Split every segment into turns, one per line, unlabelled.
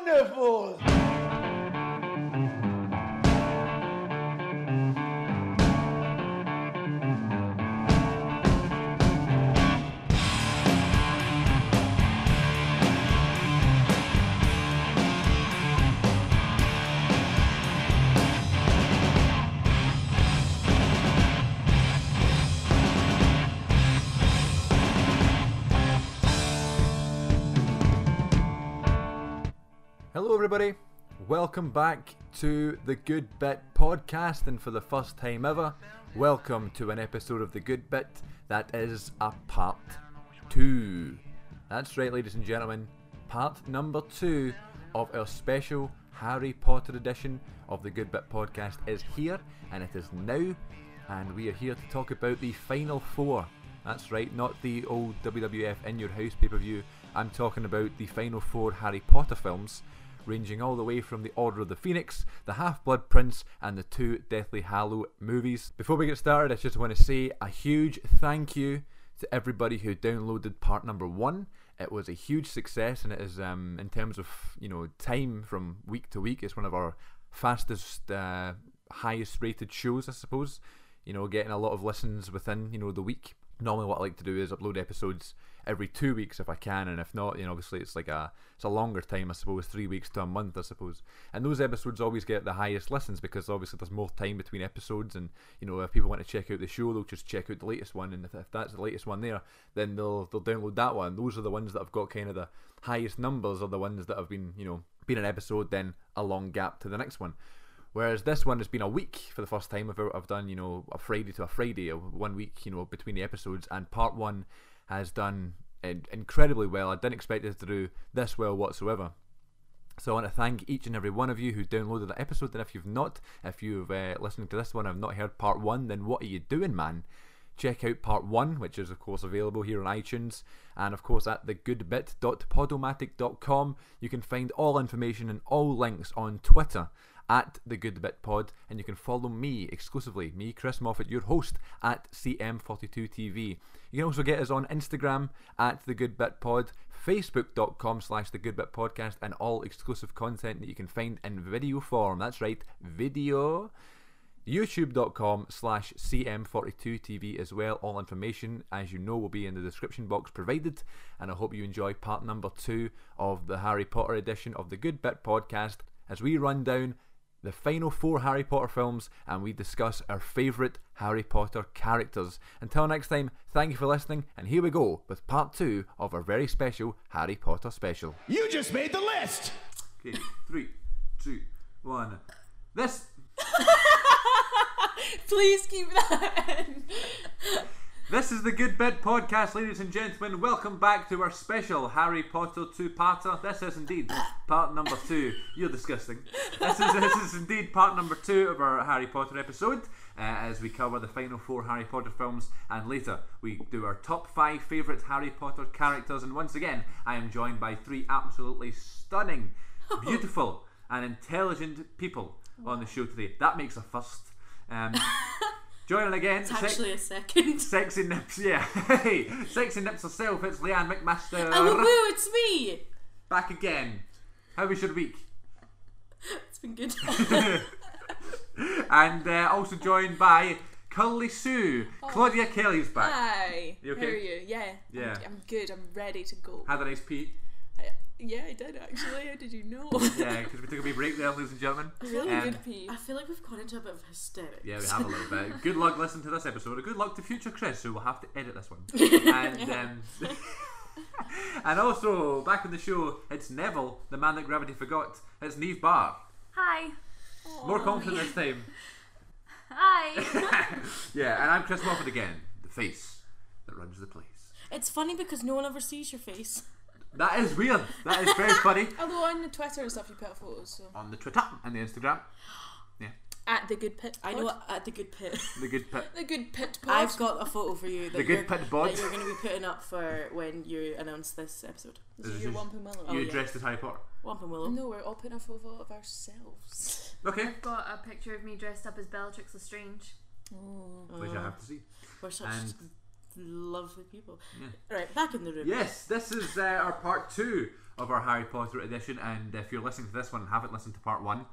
wonderful.
Hello, everybody. Welcome back to the Good Bit podcast, and for the first time ever, welcome to an episode of the Good Bit that is a part two. That's right, ladies and gentlemen, part number two of our special Harry Potter edition of the Good Bit podcast is here, and it is now, and we are here to talk about the final four. That's right, not the old WWF In Your House pay per view. I'm talking about the final four Harry Potter films ranging all the way from The Order of the Phoenix, The Half Blood Prince, and the two Deathly Hallow movies. Before we get started, I just want to say a huge thank you to everybody who downloaded part number one. It was a huge success, and it is um, in terms of you know time from week to week. It's one of our fastest, uh, highest rated shows, I suppose. You know, getting a lot of listens within you know the week. Normally, what I like to do is upload episodes every two weeks if I can, and if not, you know, obviously it's like a it's a longer time, I suppose, three weeks to a month, I suppose. And those episodes always get the highest listens because obviously there's more time between episodes, and you know, if people want to check out the show, they'll just check out the latest one, and if, if that's the latest one there, then they'll they'll download that one. Those are the ones that have got kind of the highest numbers, are the ones that have been you know been an episode, then a long gap to the next one. Whereas this one has been a week for the first time. I've, I've done, you know, a Friday to a Friday, a one week, you know, between the episodes. And part one has done in- incredibly well. I didn't expect it to do this well whatsoever. So I want to thank each and every one of you who downloaded that episode. And if you've not, if you've uh, listened to this one and have not heard part one, then what are you doing, man? Check out part one, which is of course available here on iTunes and of course at thegoodbit.podomatic.com. You can find all information and all links on Twitter at the Good Bit Pod, and you can follow me exclusively, me, Chris Moffat, your host, at CM42TV. You can also get us on Instagram at the Good Bit Pod, Facebook.com slash the Good Bit Podcast, and all exclusive content that you can find in video form. That's right, video. YouTube.com slash CM42TV as well. All information, as you know, will be in the description box provided. And I hope you enjoy part number two of the Harry Potter edition of the Good Bit podcast as we run down the final four Harry Potter films and we discuss our favourite Harry Potter characters. Until next time, thank you for listening, and here we go with part two of our very special Harry Potter special.
You just made the list.
Okay, three, two, one. This
Please keep that in.
This is the Good Bit Podcast, ladies and gentlemen. Welcome back to our special Harry Potter two-parter. This is indeed part number two. You're disgusting. This is, this is indeed part number two of our Harry Potter episode, uh, as we cover the final four Harry Potter films, and later we do our top five favourite Harry Potter characters. And once again, I am joined by three absolutely stunning, beautiful, and intelligent people on the show today. That makes a first. Um, joining again,
It's actually a second.
Sexy Nips, yeah. Hey, Sexy Nips herself, it's Leanne
Oh,
McMaster.
woo, it's me.
Back again. How was your week?
It's been good.
And uh, also joined by Curly Sue.
Oh.
Claudia Kelly's back.
Hi.
You
How are
okay?
you? Yeah.
Yeah.
I'm, I'm good. I'm ready to go.
Had a nice pee.
I- yeah, I did actually. How did you know?
Yeah, because we took a wee break there, ladies and gentlemen.
Really
Um,
good pee.
I feel like we've gone into a bit of hysterics.
Yeah, we have a little bit. Good luck listening to this episode. and Good luck to future Chris, who will have to edit this one. And um, and also back on the show, it's Neville, the man that gravity forgot. It's Neve Barr.
Hi.
More confident this time.
Hi.
Yeah, and I'm Chris Moffat again, the face that runs the place.
It's funny because no one ever sees your face.
That is weird. That is very funny.
Although on the Twitter and stuff, you put out photos. So.
On the Twitter and the Instagram,
At the good pit.
I know at the good pit.
the good pit.
The good pit pod.
I've got a photo for you that
The
you're,
good pit bod.
that you're going to be putting up for when you announce this episode.
This is
your
just-
wampum willow. Oh,
you
oh, yeah.
dressed as Harry Potter.
Wampum Willow.
No, we're all putting a photo of ourselves.
Okay.
Got a picture of me dressed up as Bellatrix Lestrange.
Oh.
Mm.
Which I have to see.
We're such
And
lovely people.
Yeah.
Right, back in the room.
Yes, this is uh, our part two of our Harry Potter edition, and if you're listening to this one and haven't listened to part one,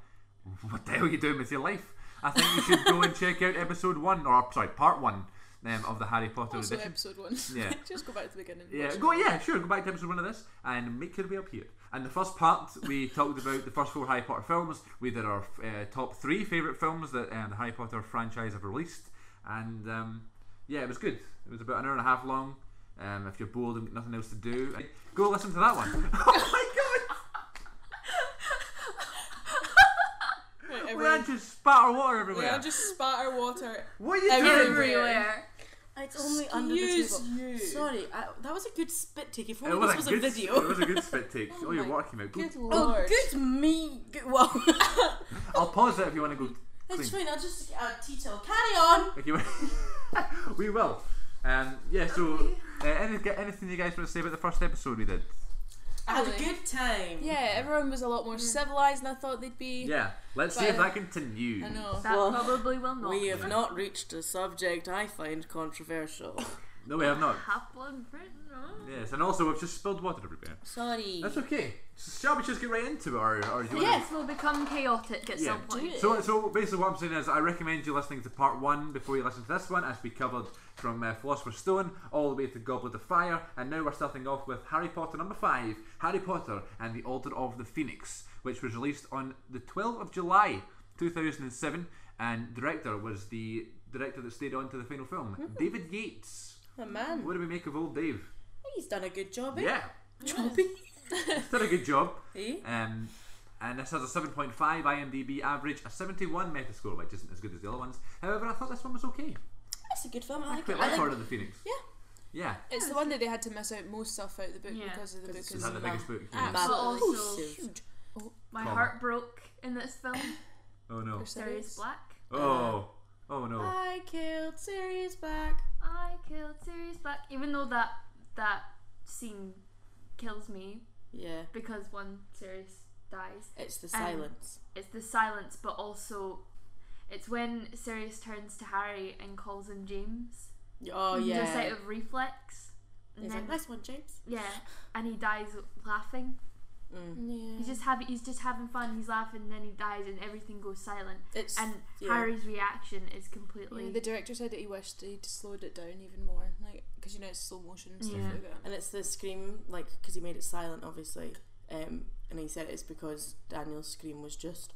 what the hell are you doing with your life? I think you should go and check out episode one, or sorry, part one um, of the Harry Potter
Also,
edition.
episode one.
Yeah.
Just go back to the beginning. and
Yeah,
watch
go
it.
yeah, sure, go back to episode one of this and make your way up here. And the first part we talked about the first four Harry Potter films. We did our uh, top three favorite films that um, the Harry Potter franchise have released, and um, yeah, it was good. It was about an hour and a half long. Um, if you're bored and got nothing else to do, eh, go listen to that one. oh
Right,
my god, we
everyone-
had just spatter water
we
everywhere.
had just spatter water.
what are you doing?
everywhere.
Everywhere.
It's only under the
Excuse
table.
you.
Sorry, I, that was a good spit take. If
It
only this was a,
good, It
video.
was a good spit take.
Oh
All you're
my
working about. Go-
Good lord.
Oh, good me. Good, well,
I'll pause it if you want to go
it's
clean.
fine. I'll just uh, tea till. Carry on.
Okay, we- we will. Um, yeah, so uh, any, g- anything you guys want to say about the first episode we did?
I had a
Aye.
good time.
Yeah, everyone was a lot more civilized than I thought they'd be.
Yeah, let's see
But-
if that continues.
I know.
That
Well,
probably will not.
We have not reached a subject I find controversial.
No, we
uh,
have not.
Happen written on.
Yes, and also we've just spilled water everywhere.
Sorry.
That's okay. So shall we just get right into it, or, or do you
Yes, we'll become chaotic at
Yeah.
some point.
want to? So, so basically, what I'm saying is, I recommend you listening to part one before you listen to this one, as we covered from uh, Philosopher's Stone all the way to Goblet of Fire, and now we're starting off with Harry Potter number five, Harry Potter and the Order of the Phoenix, which was released on the 12th of July 2007, and director was the director that stayed on to the final film, David Yates.
The man.
What do we make of old Dave?
He's done a good job, eh?
Yeah,
Choppy.
he's done a good job.
Eh?
Um, and this has a 7.5 IMDb average, a 71 Metascore, which isn't as good as the other ones. However, I thought this one was okay.
That's a good film. I
I
like it.
quite
I
like
think
Order of the Phoenix.
Yeah.
Yeah.
It's the one that they had to miss out most stuff out of the book
Yeah.
because of the book.
Because
It's
it's
had
is
the
Massive.
biggest book.
Absolutely.
Yeah.
so
huge.
my
Comma.
heart broke in this film.
Oh no.
Sirius Black.
Oh. Oh no.
I killed Sirius Black.
I killed Sirius Black. Even though that that scene kills me
Yeah,
because one Sirius dies.
it's the
Um,
silence.
It's the silence, but also it's when Sirius turns to Harry and calls him James.
oh yeah.
Just out of reflex. And
He's
then,
like, nice one, James.
yeah, and he dies laughing.
Mm.
He's just having he's just having fun. He's laughing, then he dies, and everything goes silent.
It's
And
yeah.
Harry's reaction is completely.
the director said that he wished he'd slowed it down even more, like because you know it's slow motion and stuff
Yeah.
like that.
and it's the scream, like because he made it silent, obviously. Um, and he said it's because Daniel's scream was just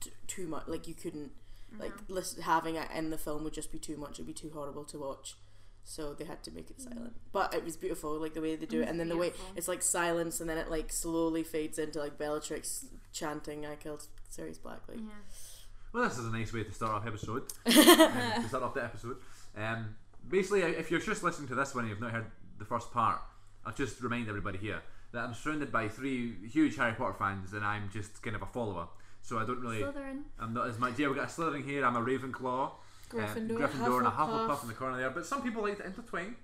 t- too much. Like you couldn't, like listen, having it in the film would just be too much. It'd be too horrible to watch. So they had to make it silent, but it was beautiful, like the way they do it,
It's
and then the way
beautiful.
it's like silence, and then it like slowly fades into like Bellatrix chanting, "I killed Sirius Black." Like,
yeah.
Well, this is a nice way to start off episode. um, to start off the episode. Um, basically, uh, if you're just listening to this one and you've not heard the first part, I'll just remind everybody here that I'm surrounded by three huge Harry Potter fans, and I'm just kind of a follower. So I don't really.
Slytherin.
I'm not as much. Yeah, we've got a Slytherin here. I'm a Ravenclaw. um,
Gryffindor,
Gryffindor and a
Hufflepuff.
Hufflepuff in the corner there. But some people like to intertwine.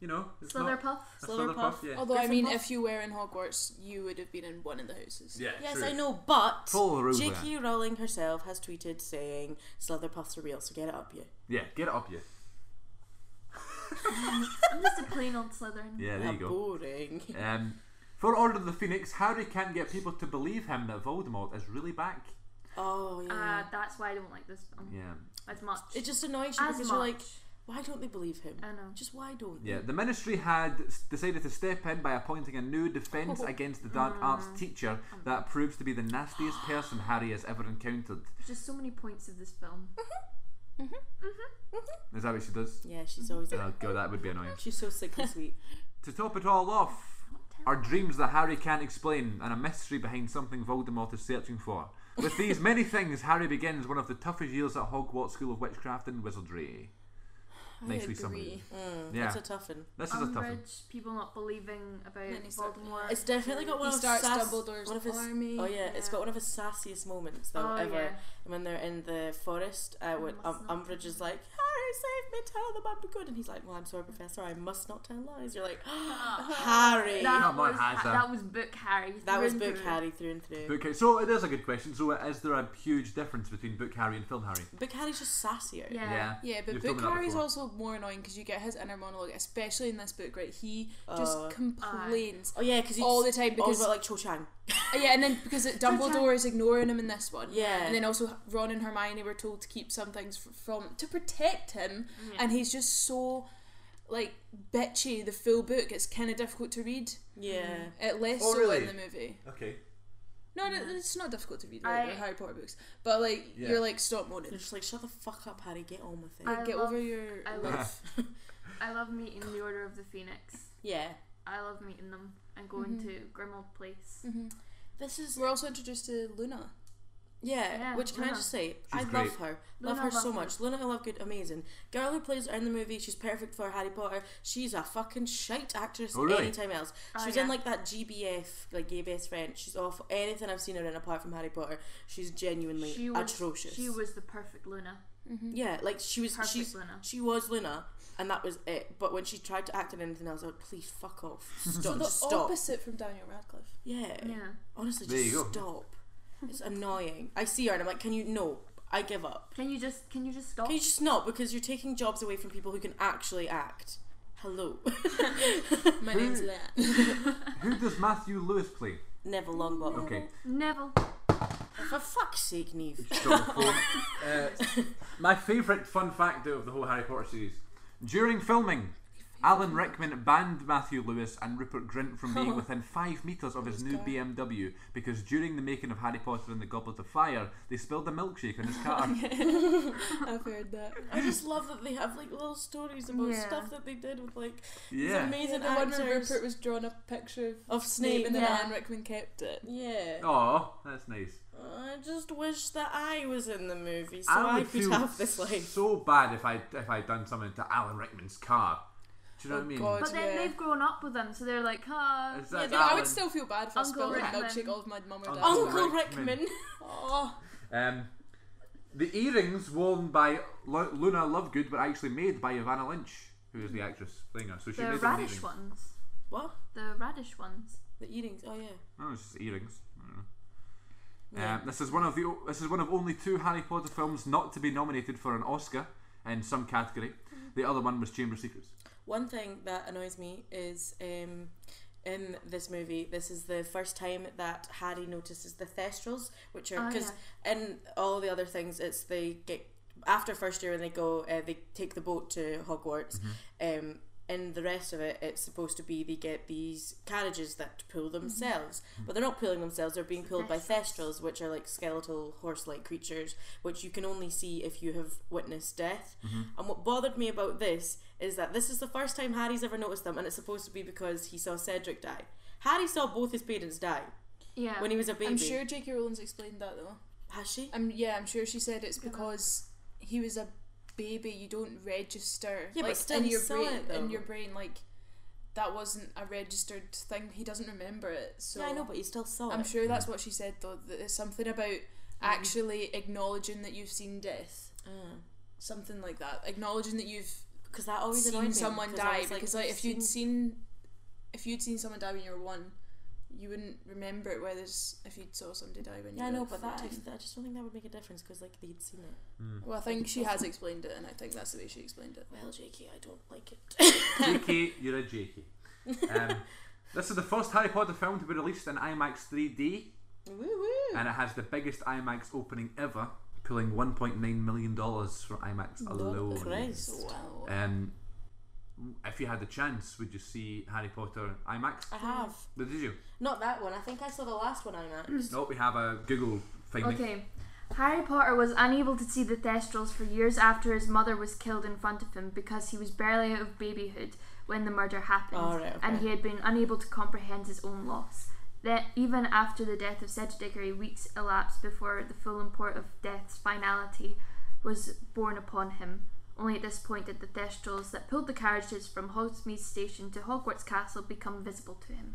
You know, it's not
Slytherpuff.
a
Slytherpuff.
yeah.
Although I mean,
Gryffindor.
if you were in Hogwarts, you would have been in one of the houses.
yeah,
yes,
true.
I know, but
Follow the rules
J.K. Rowling herself has tweeted saying Slitherpuffs are real, so get it up you.
Yeah, get it up, you.
I'm just a plain old Slytherin.
Yeah, there
Ah,
you go.
Boring.
Um, for Order of the Phoenix, Harry can't get people to believe him that Voldemort is really back.
Oh yeah.
Uh, that's why I don't like this film
Yeah,
as much.
it just annoys you
as
because
much.
you're like, why don't they believe him?
I know.
Just why don't
yeah.
they?
The Ministry had s- decided to step in by appointing a new
Oh.
Defence Against the
Mm.
Dark Arts teacher that proves to be the nastiest person Harry has ever encountered.
There's just so many points of this film.
Is that what she does?
Yeah, she's always like,
Oh god, that would be annoying.
she's so sick and sweet.
To top it all off, are dreams that Harry can't explain and a mystery behind something Voldemort is searching for. With these many things, Harry begins one of the toughest years at Hogwarts School of Witchcraft and Wizardry. Nicely summary.
Mm,
Yeah.
That's a tough one.
This is a tough one.
Umbridge, people not believing about
Then he started-
Voldemort.
It's definitely got one
He
of
starts
sass-
Dumbledore's
one of his,
army.
Oh yeah, it's
Yeah.
got one of his sassiest moments though
Oh,
ever.
yeah.
When they're in the forest, uh, when
must
um,
not
Umbridge is like, Harry, Harry, save me, tell them I'm good. And he's like, well, I'm sorry, Professor, I must not tell lies. You're like, "Ah, Harry.
That,
Come on,
was, ha-
Hazza.
that was book Harry.
That
through
was
and
book
through.
Harry through and through.
Book Harry. So it is a good question. So is there a huge difference between book Harry and film Harry?
book Harry's just sassier.
Yeah.
Uh, Yeah, but
You've told me
book
that
Harry's
before.
also more annoying because you get his inner monologue, especially in this book, right? He
Uh,
just complains.
Oh yeah, because he's
All the time, because-
all about like Cho Chang.
yeah, and then because it, Dumbledore is ignoring him in this one.
Yeah.
And then also Ron and Hermione were told to keep some things f- from to protect him,
Yeah.
and he's just so like bitchy. The full book, it's kind of difficult to read.
yeah.
It less
Oh,
so
really?
in the movie.
Okay.
No, no, it's not difficult to read like, the
I-
Harry Potter books, but like
Yeah.
you're like stop
They're
moaning.
just like, shut the fuck up, Harry. Get on with it.
I
Get
love-
over your.
I
life.
love, I love meeting the Order of the Phoenix.
yeah.
I love meeting them and going
Mm-hmm.
to Grimmauld Place.
This is
Ah.
We're also introduced to Luna.
yeah.
Yeah,
Which can I
Luna.
just say, I
She's
love
great.
her.
Luna,
love her
love
so
her.
much. Luna Lovegood, amazing. Girl who plays her in the movie, she's perfect for Harry Potter. She's a fucking shite actress
Oh, really?
anytime else.
Oh,
She was
yeah.
in like that GBF, like gay best friend. She's awful. Anything I've seen her in apart from Harry Potter, she's genuinely
She was
atrocious.
She was the perfect Luna.
Yeah, like she was
Perfect
she's
Luna.
she was Luna, and that was it. But when she tried to act in anything else, I was like, please fuck off, stop,
So the
just stop.
opposite from Daniel Radcliffe.
Yeah.
Yeah.
honestly,
There
just
you go.
stop. It's annoying. I see her and I'm like, can you no? I give up.
Can you just can you just stop?
Can you just not? Because you're taking jobs away from people who can actually act. Hello,
My
Who-
name's Lan.
Who does Matthew Lewis play?
Neville Longbottom.
Okay.
Neville.
Oh, For fuck's sake, Neve.
Got the phone. Uh, my favourite fun fact out of the whole Harry Potter series. During filming, Alan Rickman banned Matthew Lewis and Rupert Grint from being within five metres of his new BMW because during the making of Harry Potter and the Goblet of Fire, they spilled a milkshake on his car.
I've heard that.
I just love that they have like little stories about
Yeah.
stuff that they did with like these
yeah.
amazing
The one where
actors
Rupert was drawn a picture of
of
Snape
Snape.
and then
Yeah.
Alan Rickman kept it.
Yeah.
Oh, that's nice.
I just wish that I was in the movie so
I
I,
would
could
feel
have this life.
so bad if I if I'd done something to Alan Rickman's car. Do you know
Oh,
what I mean?
God.
But then
Yeah.
they've grown up with him, so they're like, ah.
Is that
But I
Alan?
would still feel bad for
Uncle
spilling a
Rickman.
milkshake all of my mum or dad.
Uncle
Uncle,
Rickman.
Rickman.
Oh,
Um, the earrings worn by Lu- Luna Lovegood were actually made by Ivana Lynch, who is the actress playing her. So she
the
made them
radish
earrings.
ones.
What?
The radish ones.
The earrings. Oh yeah.
No, it's just earrings. I don't know.
Yeah.
Um, this is one of the o- this is one of only two Harry Potter films not to be nominated for an Oscar in some category. The other one was Chamber of Secrets.
One thing that annoys me is um, in this movie, this is the first time that Harry notices the Thestrals, which are
Oh,
because in all the other things, it's they get after first year when they go, uh, they take the boat to Hogwarts. Um, in the rest of it, it's supposed to be they get these carriages that
Mm-hmm.
pull themselves, but they're not pulling themselves; they're being pulled by
Thestrals.
thestrals, which are like skeletal horse-like creatures, which you can only see if you have witnessed death. And what bothered me about this is that this is the first time Harry's ever noticed them, and it's supposed to be because he saw Cedric die. Harry saw both his parents die
Yeah.
when he was a baby.
I'm sure J.K. Rowling's explained that though.
Has she?
Um, yeah, I'm sure she said it's because he was a baby. You don't register.
Yeah, but
like,
still
in
he
your
saw
brain,
it, though.
in your brain, like that wasn't a registered thing. He doesn't remember it. So
yeah, I know, but he still saw
I'm
it. Mm-hmm.
sure that's what she said though. That it's something about actually acknowledging that you've seen death, something like that. Acknowledging that you've
Because Ah. that always annoyed
seen
me,
someone
I
die
was
because like
"I've
if you'd
seen-
seen if you'd seen someone die when you were one, you wouldn't remember it. Whereas if you'd saw somebody die when you
yeah, I
were
know, but that I,
14.
I just don't think that would make a difference because like they'd seen it.
well, I think she has explained it, and I think that's the way she explained it.
Well, JK, I don't like it.
JK, you're a JK. Um, this is the first Harry Potter film to be released in IMAX 3D,
woo woo.
and it has the biggest IMAX opening ever, pulling 1.9 million dollars for IMAX alone.
Christ.
Wow.
Um, if you had the chance, would you see Harry Potter IMAX?
I have
Did you?
not that one. I think I saw the last one IMAX.
No, we have a Google finding.
Okay. Harry Potter was unable to see the Thestrals for years after his mother was killed in front of him because he was barely out of babyhood when the murder happened,
Oh, right,
and
okay.
he had been unable to comprehend his own loss. That even after the death of Cedric Diggory, weeks elapsed before the full import of death's finality was borne upon him. Only at this point did the Thestrals that pulled the carriages from Hogsmeade Station to Hogwarts Castle become visible to him.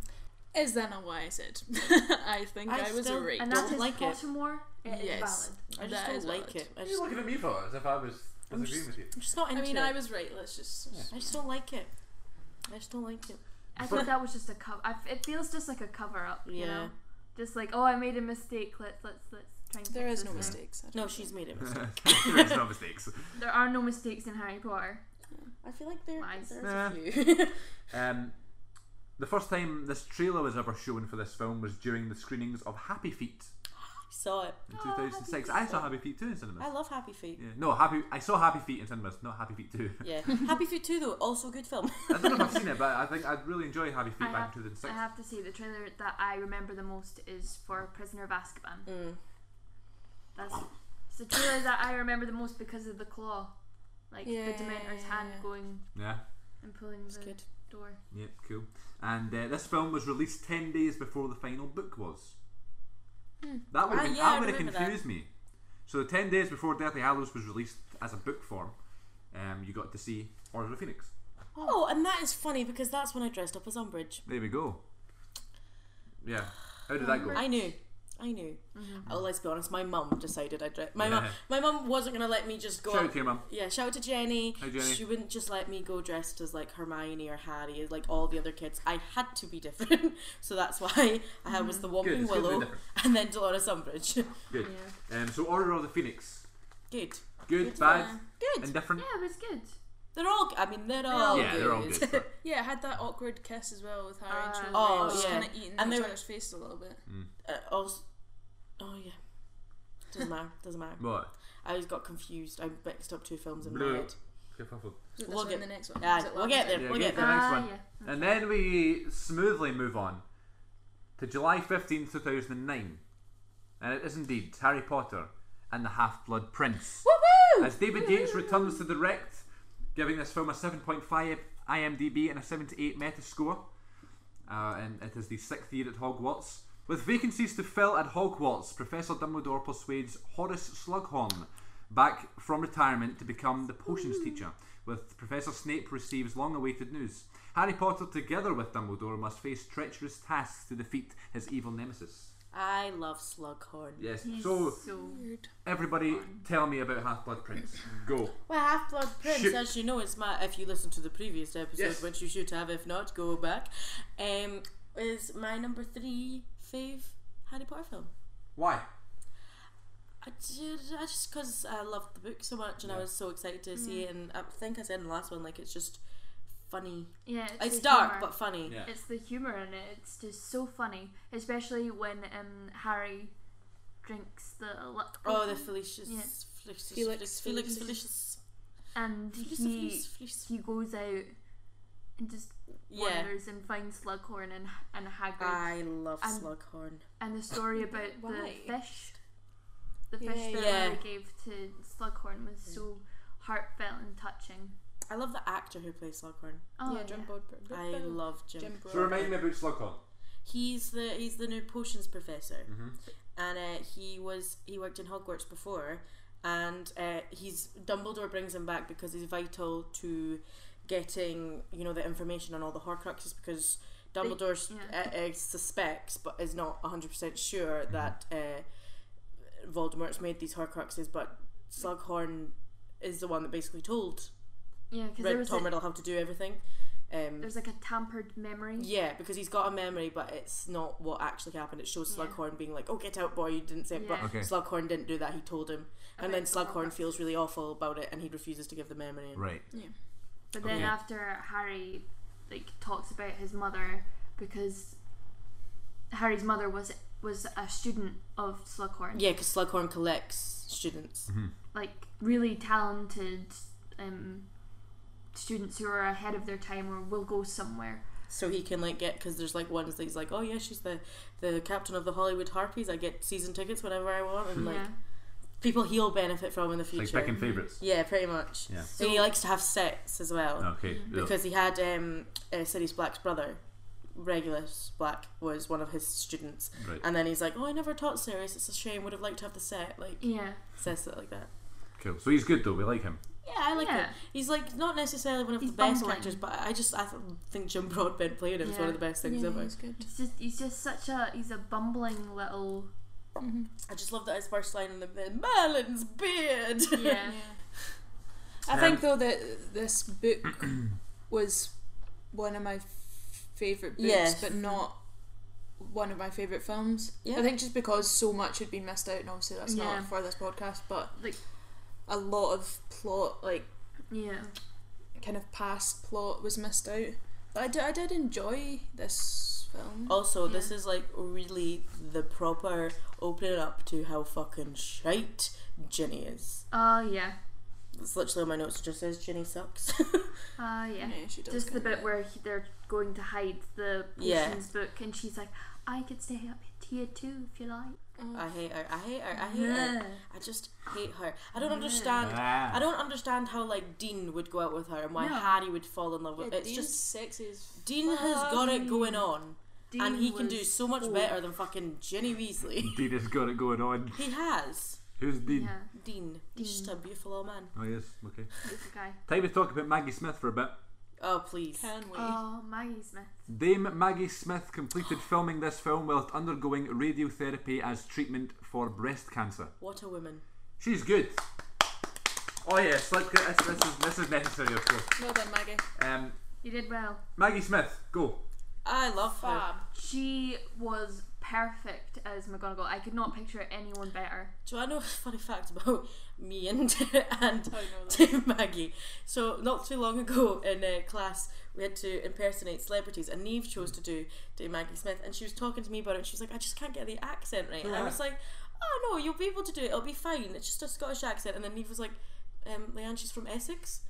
Is that not why I said? I think I,
I
was
still-
right.
And
Don't
that is
like it.
Pottermore. It is
Yes.
valid.
I just
That
don't
is
like
valid.
it.
What
I
are you
just
looking at me for? As if I was
I'm
disagreeing
just-
with you.
I'm just not
I
into
mean,
it.
I was right. Let's just.
I just don't like it. I just don't like it.
I thought that was just a cover. It feels just like a cover up, you know,
Yeah.
just like oh, I made a mistake. Let's let's let's try and.
There
fix
is no
this now."
mistakes. I don't
No,
know.
she's made it. mistake.
There's no mistakes.
There are no mistakes in Harry Potter.
I feel like there,
Lies.
there's
Nah.
a few.
Um, the first time this trailer was ever shown for this film was during the screenings of Happy Feet
Saw it.
in
Oh,
2006.
Happy
I saw
Feet.
Happy Feet 2 in cinemas.
I love Happy Feet.
yeah. No, Happy. I saw Happy Feet in cinemas, not Happy Feet 2.
Yeah. Happy Feet 2, though, also a good film.
I don't know if I've seen it, but I think I'd really enjoy Happy Feet
I
back
have,
in 2006.
I have to say the trailer that I remember the most is for Prisoner of Azkaban.
Mm.
That's it's the trailer that I remember the most because of the claw, like
Yeah,
the
yeah,
Dementor's
yeah,
hand
yeah.
going
Yeah,
and pulling
It's
the
good.
door.
yeah, cool. And uh, this film was released 10 days before the final book was. That would
Ah,
have
yeah, I
would have
remember that.
confused me. So, 10 days before Deathly Hallows was released as a book form, um, you got to see Order of the Phoenix.
Oh, and that is funny because that's when I dressed up as Umbridge.
There we go. Yeah. How did that go?
I knew. I knew. Oh, let's be honest. My mum decided I dressed. My mum.
Yeah.
My mum wasn't gonna let me just go.
Shout out
up-
to your mum.
Yeah, shout out to Jenny.
Hi, Jenny.
She wouldn't just let me go dressed as like Hermione or Harry, like all the other kids. I had to be different, so that's why I was the
Good,
Whomping
it's good to be
Willow
different.
and then Dolores Umbridge.
Good. Um, so, Order of the Phoenix.
Good.
Good,
Good
bad,
Good.
and different.
Yeah, it was good.
They're all. I mean, they're all.
Yeah,
good.
they're all good. but-
Yeah, I had that awkward kiss as well with Harry and
Ah.
Shirley.
Oh,
just
yeah.
kind of eating
And
each
they were-
other's face a little bit.
uh, also, oh yeah. Doesn't matter. Doesn't matter.
What?
I always got confused. I mixed up two films in my
Blue.
head.
Get puffled.
Is it this
We'll get-
one and the next one?
Yeah,
Is it
we'll get
Love
there.
Yeah,
we'll
go
get
for
there.
the next
Ah,
one.
yeah.
And then we smoothly move on to July 15th, 2009. And it is indeed Harry Potter and the Half Blood Prince.
Woohoo!
As David Yates returns to direct, giving this film a 7.5 IMDb and a 78 Metascore. Uh, and it is the sixth year at Hogwarts. With vacancies to fill at Hogwarts, Professor Dumbledore persuades Horace Slughorn back from retirement to become the potions teacher, with Professor Snape receives long awaited news. Harry Potter, together with Dumbledore, must face treacherous tasks to defeat his evil nemesis.
I love Slughorn.
Yes,
He's
so
so
Weird.
everybody tell me about Half Blood Prince. Go.
Well, Half Blood Prince,
Shoot.
as you know, it's my. If you listen to the previous episode,
Yes.
which you should have, if not, go back. Um, is my number three fave Harry Potter film.
Why?
I, ju- I just because I loved the book so much and I
Yeah.
was so excited to see it, and I think I said in the last one, like it's just funny.
yeah.
It's,
the
dark
humor.
but funny.
Yeah.
It's the humor in it. It's just so funny, especially when um Harry drinks the luck
Oh, the
potion
Felicia's.
Yeah.
Felix-
Felicia's Felix, Felix,
Felicia's-
Felicia's,
and
Felicia's,
he
Felicia's, Felicia's.
he goes out and just
Yeah, Uh,
wanders and finds Slughorn and and Hagrid
I love
And-
Slughorn.
and the story about the
Why?
fish, the
Yeah,
fish that
yeah.
Larry gave to Slughorn was so heartfelt and touching.
I love the actor who plays Slughorn.
Oh,
yeah, Jim
yeah.
Broadbent.
I love Jim.
Jim
So remind me
Broadbent.
about Slughorn.
He's the he's the new potions professor,
Mm-hmm.
and uh, he was he worked in Hogwarts before, and uh, he's Dumbledore brings him back because he's vital to getting you know the information on all the Horcruxes because Dumbledore s
yeah.
uh, uh, suspects but is not hundred percent sure that uh, Voldemort's made these Horcruxes, but Slughorn is the one that basically told
Yeah, because there
Red
was
Tom
like,
Riddle how to do everything. Um,
there's like a tampered memory.
yeah, because he's got a memory, but it's not what actually happened. It shows
Yeah.
Slughorn being like, "Oh, get out, boy! You didn't say it."
Yeah.
But
Okay.
Slughorn didn't do that. He told him, and
About
then
the
Slughorn
Horcruxes.
feels really awful about it, and he refuses to give the memory. And
Right.
But then
Okay.
after Harry like talks about his mother because Harry's mother was was a student of Slughorn.
Yeah, because Slughorn collects students.
Mm-hmm.
Like really talented um students who are ahead of their time or will go somewhere.
So he can like get because there's like ones that he's like, oh yeah, she's the the captain of the Hollywood Harpies. I get season tickets whenever I want, and like
yeah.
people he'll benefit from in the
Like
future.
picking favourites.
yeah, pretty much.
Yeah.
So he likes to have sex as well.
Okay. yeah.
because he had um, uh, Sirius Black's brother, Regulus Black, was one of his students,
Right.
and then he's like, "Oh, I never taught Sirius. It's a shame. Would have liked to have the set." Like
Yeah.
says it like that.
Cool. So he's good though. We like him.
Yeah, I like
Yeah.
it. He's like not necessarily one of
He's
the best
bumbling.
actors, but I just I th- think Jim Broadbent playing him is one
Yeah.
of the best things
yeah,
ever.
he's good.
He's just he's just such a he's a bumbling little
I just love that his first line in the in Merlin's beard.
yeah.
Yeah. I
Um,
think though that this book was one of my favorite books,
Yes.
but not one of my favorite films.
Yeah.
I think just because so much had been missed out, and obviously that's
Yeah.
not for this podcast, but
Like-
a lot of plot, like
Yeah.
kind of past plot, was missed out. But I did, I did enjoy this film.
Also, this
Yeah.
is like really the proper opening up to how fucking shite Ginny is.
Oh yeah.
It's literally on my notes. It just says Ginny sucks.
Oh yeah.
she does
Just the
kinda-
bit where he, they're going to hide the
Yeah.
potions book, and she's like, "I could stay up here too if you like."
uh,
I hate her. I hate her. I hate her. I just hate her. I don't understand. I
Ah.
don't understand how like Dean would go out with her and why
No.
Harry would fall in love
Yeah,
with. it's
Dean's
just
sexy as
Dean has got it
Fuck.
going on, and he
Dean
can do
was
so much
full.
better than fucking Ginny Weasley.
Dean has got it going on.
he has
Who's Dean?
Yeah,
Dean. He's just a beautiful old man.
Oh yes, okay.
he's a guy.
Time to talk about Maggie Smith for a bit.
Oh please.
can we?
Oh, Maggie Smith.
Dame Maggie Smith completed filming this film whilst undergoing radiotherapy as treatment for breast cancer.
What a woman.
She's good. Oh yes, let's get this. This is, this is necessary, of course.
well done, Maggie.
Um,
You did well.
Maggie Smith, go.
I love her.
Fab.
She was perfect as McGonagall. I could not picture anyone better.
Do I know a funny fact about me and and
I know that.
to Maggie. So not too long ago in uh, class, we had to impersonate celebrities, and Neve chose to do do Maggie Smith, and she was talking to me about it. And she was like, "I just can't get the accent right." And I
Yeah.
was like, "Oh no, you'll be able to do it. It'll be fine. It's just a Scottish accent." And then Neve was like, um, "Leanne, she's from Essex."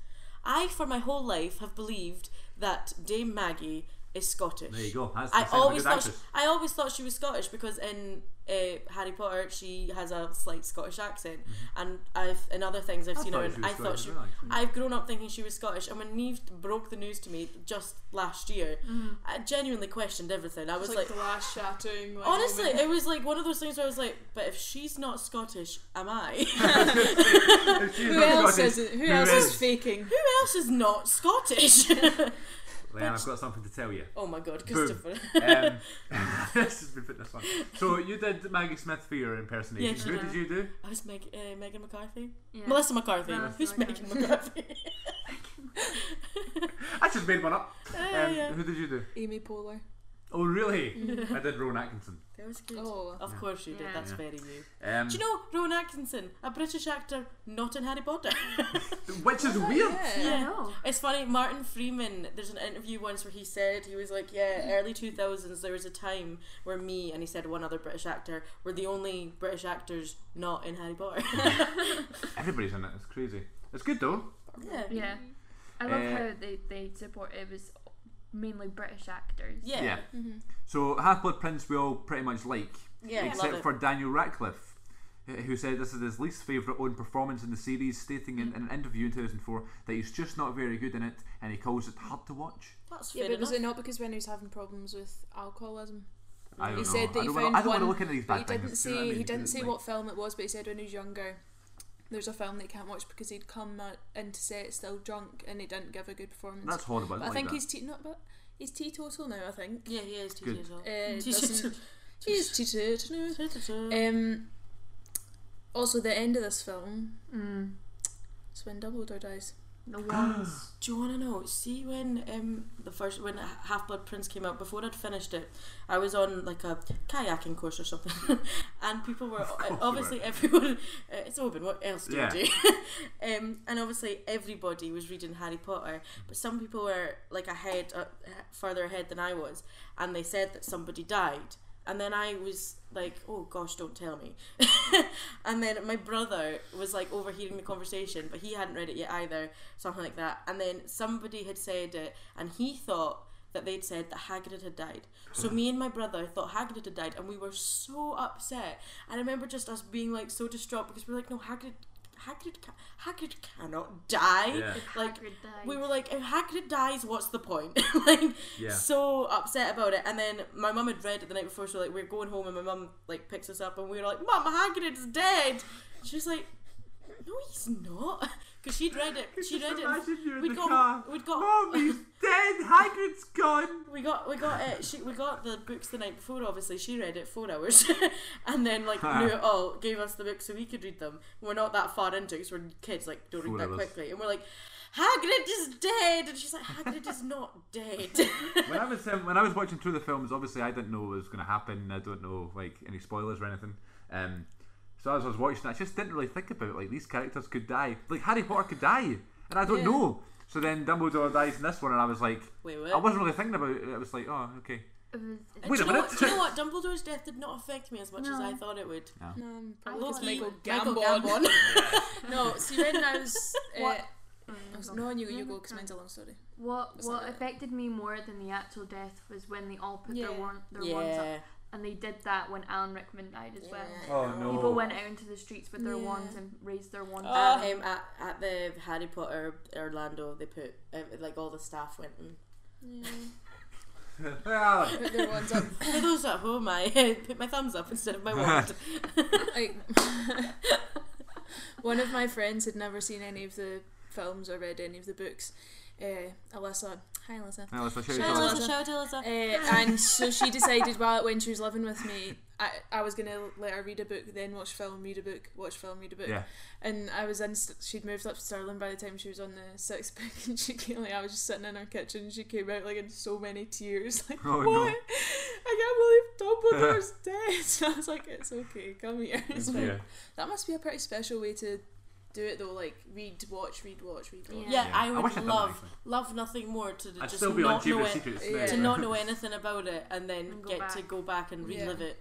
I, for my whole life, have believed that Dame Maggie is Scottish.
There you go. That's the
I
sign of a
always
good
thought she,
actress.
I always thought she was Scottish because in uh, Harry Potter she has a slight Scottish accent, and I've in other things I've
Mm-hmm. I
seen her,
thought
and
she was
I thought
Scottish
she.
as well, actually.
I've grown up thinking she was Scottish, and when Neve broke the news to me just last year, I genuinely questioned everything. I was
It's like,
like.
glass shattering. Like,
Honestly,
moment.
it was like one of those things where I was like, "But if she's not Scottish, am I?
If she's
who
not
else
Scottish,
is it? Who, else is, faking?
Who else is not Scottish?"
Leanne, I've got something to tell you.
oh my god, Christopher!
Um, this has been put this one. So you did Maggie Smith for your impersonation.
Yeah,
Who
sure.
did you do?
I was Meg- uh, Megan McCarthy,
Yeah.
Melissa McCarthy.
Melissa
Who's
McCarthy.
Megan McCarthy?
I just made one up.
yeah,
Um,
yeah.
Who did you do?
Amy Poehler. Mm.
Oh really? I did Rowan Atkinson.
that was good.
Oh,
Of course you did.
Yeah.
That's
Yeah.
very you.
Um,
Do you know Rowan Atkinson, a British actor, not in Harry Potter?
which
Oh,
is weird.
I
Yeah.
know.
it's funny. Martin Freeman. There's an interview once where he said he was like, yeah, early two thousands. There was a time where me and he said one other British actor were the only British actors not in Harry Potter.
Everybody's in it. It's crazy. It's good though.
yeah. yeah.
Yeah. I love
Uh,
how they, they support it was mainly British actors.
Yeah.
Mm-hmm.
So Half Blood Prince we all pretty much like,
Yeah, love
except
it.
for Daniel Radcliffe, wh- who said this is his least favourite own performance in the series, stating
Mm.
in, in an interview in 2004 that he's just not very good in it, and he calls it hard to watch.
That's
Yeah,
fair
but was
enough.
it not because when he was having problems with alcoholism?
I don't
He
know.
said that
I
he
don't,
found
wanna, I don't wanna
one-
look into these
But
bad
he didn't
things. do you know what I
say
mean?
he didn't
It's
say
like-
what film it was, but he said when he was younger, there's a film that he can't watch because he'd come uh, into set still drunk and he didn't give a good performance.
That's horrible.
But I
like
think
that.
he's te- not, but he's teetotal now. I think.
Yeah, he is two
Good.
years old.
Uh,
Two years
doesn't- he's teetotal.
old.
Um. Also, the end of this film
Mm.
is when Dumbledore dies.
The wands.
Do you want to know? See when um the first when Half Blood Prince came out before I'd finished it, I was on like a kayaking course or something, and people were
Of course you
obviously
were.
everyone. Uh, it's open. What else do
Yeah.
you do? um, and obviously everybody was reading Harry Potter, but some people were like ahead, uh, further ahead than I was, and they said that somebody died. And then I was like, oh gosh, don't tell me. and then my brother was like overhearing the conversation, but he hadn't read it yet either, something like that. And then somebody had said it, and he thought that they'd said that Hagrid had died. So me and my brother thought Hagrid had died, and we were so upset. And I remember just us being like so distraught because we were like, no, Hagrid. Hagrid, ca- Hagrid cannot die.
Yeah.
Like
Hagrid died.
we were like, if Hagrid dies, what's the point? like,
Yeah.
so upset about it. And then my mum had read it the night before, so like we are going home, and my mum like picks us up, and we were like, "Mum, Hagrid's dead." She was like, "No, he's not." because she'd read it.
Could
She
just
read it.
imagine you in
We
the
got,
car.
we got,
Oh,
Mom, he's dead. Hagrid's gone.
we got, we got it. She, we got the books the night before. Obviously, she read it four hours, and then like
Ha.
knew it all, gave us the book so we could read them. We're not that far into because we're kids. Like don't read
Four
that
hours.
quickly, and we're like, Hagrid is dead, and she's like, Hagrid is not dead.
when I was um, when I was watching through the films, obviously I didn't know what was going to happen. I don't know like any spoilers or anything. Um, so as I was watching, I just didn't really think about like these characters could die. Like Harry Potter could die, and I don't
Yeah.
know. So then Dumbledore dies in this one, and I was like,
Wait,
I
what?
wasn't really thinking about it. I was like, oh, okay.
It was,
And
Wait a
do you know
minute.
what- do you know what? Dumbledore's death did not affect me as much as
No.
I thought it would.
Um,
I
look,
thought-
Michael
Michael
Gambon.
Gambon.
no, see when I was. Uh,
What?
I was no, you, you go because mine's a long story.
What
It's
what
like a-
affected me more than the actual death was when they all put
Yeah.
their, war- their wands up,
yeah.
and they did that when Alan Rickman died as well.
Yeah.
Oh
no.
People went out into the streets with their
Yeah. Ah,
wands and raised their wands.
At,
up.
um, at, at the Harry Potter Orlando, they put uh, like all the staff went. And,
Yeah.
Alan.
Put their ones up.
For those at home, I put my thumbs up instead of my wand.
Like, one of my friends had never seen any of the films or read any of the books. Uh, Alyssa, hi Alyssa.
Now let's show you
Shall I
something.
tell us?
shout out,
Uh, and so she decided while when she was living with me, I, I was gonna let her read a book, then watch film, read a book, watch film, read a book.
Yeah.
And I was in. St- she'd moved up to Stirling by the time she was on the sixth book, and she came like I was just sitting in her kitchen. and She came out like in so many tears, like
Oh,
what?
no.
I can't believe Dumbledore's dead. So I was like, it's okay, come here. It's fine.
Yeah.
That must be a pretty special way to do it though. Like read, watch, read, watch, read, watch.
yeah, I
I wish
would
I'd done that,
love
actually.
love nothing more to
I'd
just
still be on
not know
Chamber of
it,
Secrets.
yeah.
now.
to not know anything about it, and then
And go
get to
back.
go back and
Yeah.
relive it.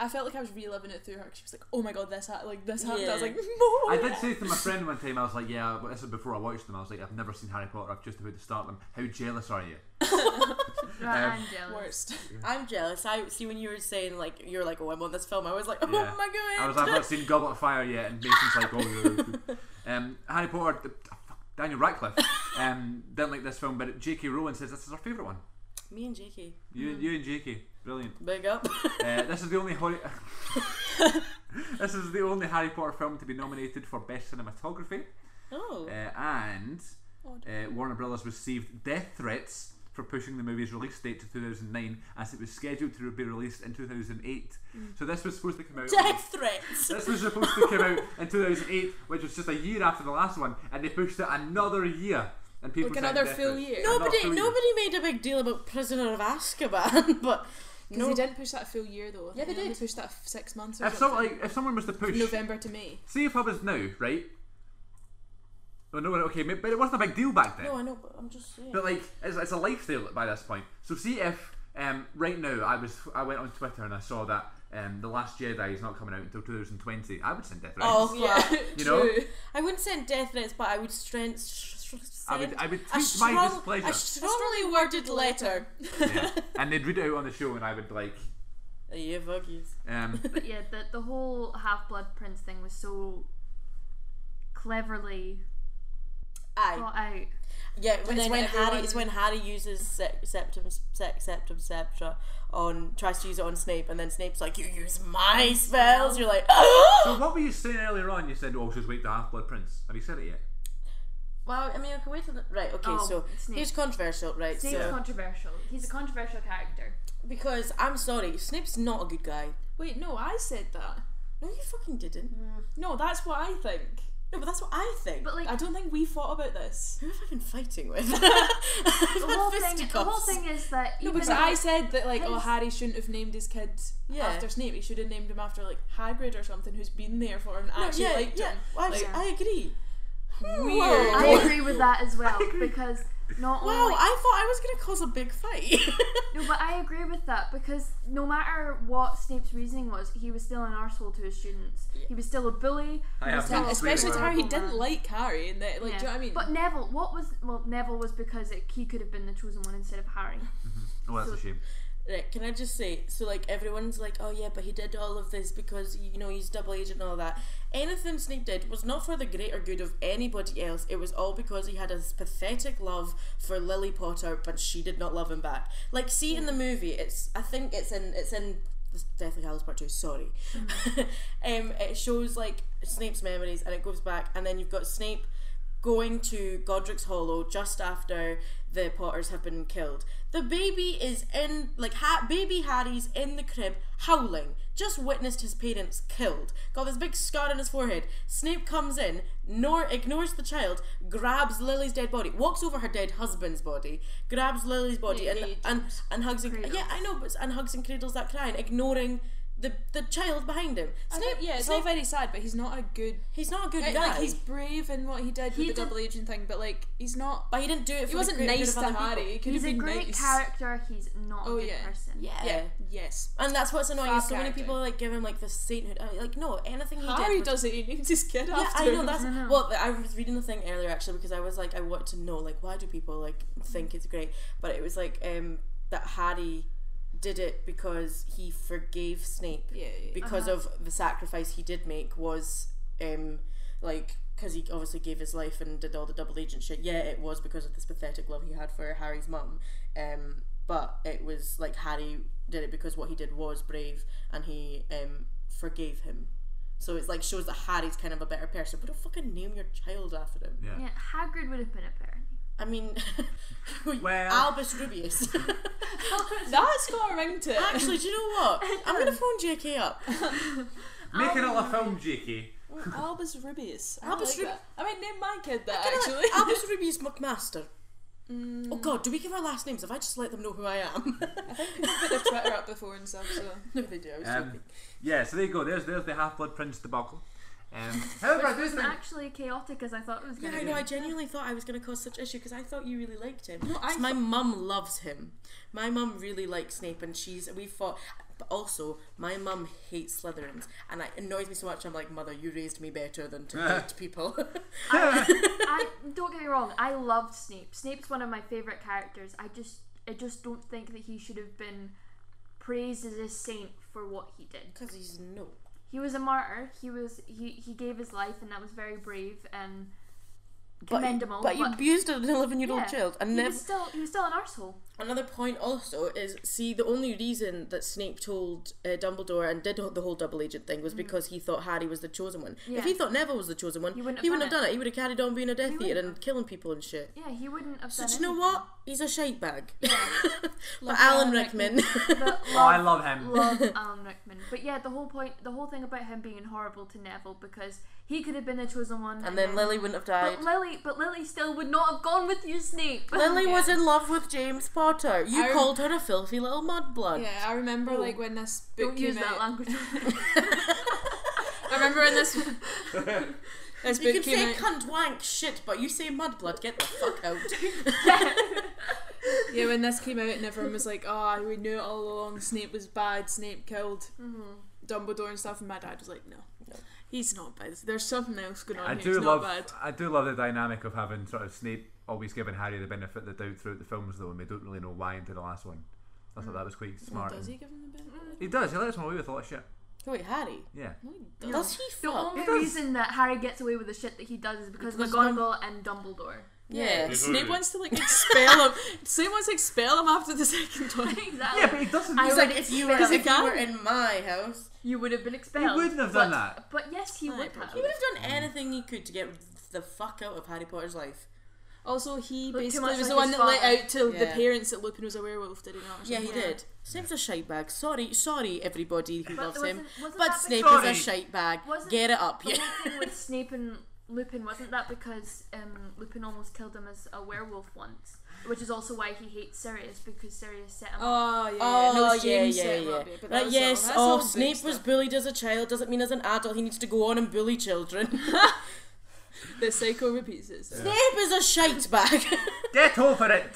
I felt like I was reliving it through her. 'cause She was like, "Oh my god, this happened! Like this happened!" I was
Yeah.
like, "No."
I did say to my friend one time, I was like, yeah, but this is before I watched them. I was like, I've never seen Harry Potter. I've just about to start them. How jealous are you?
Right,
um,
I'm jealous.
Worst.
I'm jealous. I see when you were saying like you're like oh I'm on this film. I was like oh
Yeah.
my
I
god.
was like, I've not seen Goblet of Fire yet, and Mason's like, oh, no. um, Harry Potter, uh, fuck, Daniel Radcliffe, um, didn't like this film, but J.K. Rowling says this is her favourite one.
Me and JK,
You, you and J.K. Brilliant.
big up.
Uh, this is the only Harry. this is the only Harry Potter film to be nominated for best cinematography,
oh,
uh, and
Odd.
uh, Warner Brothers received death threats for pushing the movie's release date to 2009, as it was scheduled to be released in 2008. So this was supposed to come out. on-
death threats.
this was supposed to come out in 2008, which was just a year after the last one, and they pushed it another year. And people
Like
said
another
that
full
was-
year.
another
Nobody
full year.
nobody made a big deal about Prisoner of Azkaban, but
Because
no,
they didn't push that full year though. I
Yeah,
think
they
only
did.
pushed that f- six months or
If some,
something.
like if someone was to push,
November to May.
see if I was now right. Oh no, okay, ma- but it wasn't a big deal back then.
no, I know, but I'm just saying.
But like, it's, it's a lifestyle by this point. So see if um, right now I was I went on Twitter and I saw that um, the Last Jedi is not coming out until 2020. I would send death threats.
Oh, fuck.
you know,
True.
I wouldn't send death threats, but I would strength. Sh- sh-
I would
send
I would
a
tweet my
strong-
displeasure.
A strongly worded letter.
yeah. and they'd read it out on the show, and I would like.
yeah, fuck yous.
Um,
But yeah, the the whole Half Blood Prince thing was so cleverly
Aye.
thought out.
Yeah,
And
when, it's
then
when Harry
everyone-
it's when Harry uses se- septum sec, septum sceptra on tries to use it on Snape, and then Snape's like, "You use my spells." You're like,
So
"Oh!"
what were you saying earlier on? You said, "Oh, just wait the Half Blood Prince." Have you said it yet?
Well, I mean, I can wait till the- right. Okay,
Oh,
so
Snape.
here's controversial, right?
Snape's
so
controversial. He's a controversial character.
because I'm sorry, Snape's not a good guy.
Wait, no, I said that.
No, you fucking didn't.
No, that's what I think.
No, but that's what I think.
But like
I don't think we thought about this.
Who have I been fighting with?
the whole thing, the whole thing is that
No,
even
because
though-
I said that like, oh,
His-
Harry shouldn't have named his kid
Yeah.
after Snape. He should have named him after like Hagrid or something, who's been there for him and actually
yeah,
liked
yeah,
him.
I,
Like-
I agree.
Weird.
I agree with that as well because not
Wow,
only
I thought I was gonna cause a big fight.
no, but I agree with that because no matter what Snape's reasoning was, he was still an arsehole to his students. He was still a bully.
I
he was
have
still
not
a
seen
Especially to
Really
Harry, he
horrible
didn't
man.
like Harry, and that like, do you know
Yeah.
what I mean?
But Neville, what was well Neville was because it, he could have been the chosen one instead of Harry.
Oh, that's a
So-
shame.
right, can I just say? So like everyone's like, oh yeah, but he did all of this because you know he's double agent and all that. Anything Snape did was not for the greater good of anybody else. It was all because he had this pathetic love for Lily Potter, but she did not love him back. Like, see in the movie, it's I think it's in it's in The Deathly Hallows Part Two. Sorry, um, it shows like Snape's memories, and it goes back, and then you've got Snape going to Godric's Hollow just after the Potters have been killed. The baby is in, like, ha- baby Harry's in the crib howling. Just witnessed his parents killed. Got this big scar on his forehead. Snape comes in, nor ignores the child, grabs Lily's dead body, walks over her dead husband's body, grabs Lily's body,
Yeah,
and,
he
and and hugs and
Cradles.
yeah, I know, but and hugs and cradles that crying, ignoring the the child behind him.
I
Snape,
don't- yeah, it's
Snape,
all very sad, but he's not a good.
he's not a good
like,
guy.
he's brave in what he did
He
with the
did-
double agent thing, but like he's not.
But he didn't do it. For
He wasn't nice to Harry. He could
he's
have
a
been
great
nice.
character. He's not
Oh,
a good
yeah.
person.
Yeah.
Yeah. Yes.
And that's what's annoying.
Fab
is so many
character.
people like give him like the sainthood. I- Like no, anything he
Harry
did. was-
does it. He names his kid
yeah,
after.
I know. That's
I know.
well. I was reading the thing earlier actually because I was like, I want to know like why do people like think it's great? But it was like um that Harry did it because he forgave Snape.
Yeah. yeah. Uh-huh.
because of the sacrifice he did make was um like because he obviously gave his life and did all the double agent shit yeah it was because of this pathetic love he had for harry's mum um but it was like harry did it because what he did was brave and he um forgave him so it's like shows that harry's kind of a better person but don't fucking name your child after him
Yeah.
Yeah, Hagrid would have been a bear.
i mean
Well-
albus rubius
That's got a ring to it.
actually do you know what i'm gonna phone jk up
Make another film, Jakey.
Albus Rubius. I Albus
Albus Rub-
Rubius. I might name my kid that
Kinda
actually.
Like Albus Rubius McMaster. Oh god, do we give our last names? If I just let them know who I am.
put their Twitter up before and stuff. So
no, they do. I was
Um,
joking.
yeah, so there you go. There's there's the Half Blood Prince debacle. Um, however, I do
Wasn't
think
actually chaotic as I thought it was
Yeah,
going to
I
be.
know. I genuinely thought I was going to cause such issue because I thought you really liked him.
No, I
So my mum loves him. My mum really likes Snape, and she's we fought. But also, my mum hates Slytherins, and it annoys me so much. I'm like, mother, you raised me better than to hate people.
I don't get me wrong. I loved Snape. Snape's one of my favorite characters. I just, I just don't think that he should have been praised as a saint for what he did.
Because he's no.
He was a martyr. He was, he, he gave his life, and that was very brave and
But,
commendable.
but you abused an 11 year old
yeah,
child, and
he
never.
was still, he was still an arsehole.
Another point also is see the only reason that Snape told uh, Dumbledore and did the whole double agent thing was because he thought Harry was the chosen one.
Yeah.
If he thought Neville was the chosen one, he
wouldn't have
have
done
done it. He would have carried on being a Death Eater
wouldn't
and killing people and shit.
Yeah, he wouldn't have
So
done
do you know
anything.
what? He's a shite bag. but
Love
Alan
Alan
Rickman.
But
Oh, I love
love-
him.
love Alan Rickman. But yeah, the whole point, the whole thing about him being horrible to Neville because he could have been the chosen one.
and then Lily wouldn't have died.
But Lily, but Lily still would not have gone with you, Snape.
Lily was in love with James Potter. You
I-
called her a filthy little mudblood.
yeah, I remember like when this book
Don't
came
use
out.
that language.
I remember when this this
You
book
can say
came out.
cunt, wank, shit, but you say mudblood. Get the fuck out.
Yeah, when this came out, and everyone was like, "Oh, we knew it all along. Snape was bad. Snape killed Dumbledore and stuff." And my dad was like, "No, he's not bad. There's something else going on
I
here.
do
he's
love
not bad."
I do love the dynamic of having sort of Snape always giving Harry the benefit of the doubt throughout the films though, and we don't really know why until the last one. I thought that was quite smart.
Hmm. Does he give him the benefit?
He does. He lets him away with a lot of shit.
Oh, Wait, Harry?
Yeah.
No, he doesn't.
Does he
the
fuck?
only
It does.
reason that Harry gets away with the shit that he does is because,
Because
McGonagall and Dumbledore.
Yeah.
Snape wants to like expel him. Snape wants to expel him after the second one.
exactly.
Yeah, but he doesn't.
I
He
He's
would
like, if you were,
expel-
if you were in my house,
you would have been expelled.
wouldn't have done that.
But yes, he would have.
he would have done anything he could to get the fuck out of Harry Potter's life.
Also, he
Looked too
basically
much
was the
like
one
his
that let
father.
out to the
Yeah.
parents that Lupin was a werewolf, did he not? or
Yeah, he
something?
did. Snape's a shite bag. Sorry, sorry, everybody who
But
loves
wasn't-
him.
wasn't
But
that
Snape
Sorry.
is a shite bag.
Wasn't-
Get it up,
The
yeah.
whole thing with Snape and Lupin wasn't that because um, Lupin almost killed him as a werewolf once, which is also why he hates Sirius because Sirius set him. up.
Oh, yeah.
Oh
no,
yeah,
James
yeah,
set him
yeah.
up, but that
Right,
was all-
yes.
that's all
Oh,
book
Snape was
stuff.
bullied as a child. Doesn't mean as an adult he needs to go on and bully children.
The cycle repeats itself.
Snape is a shite bag.
Get over it.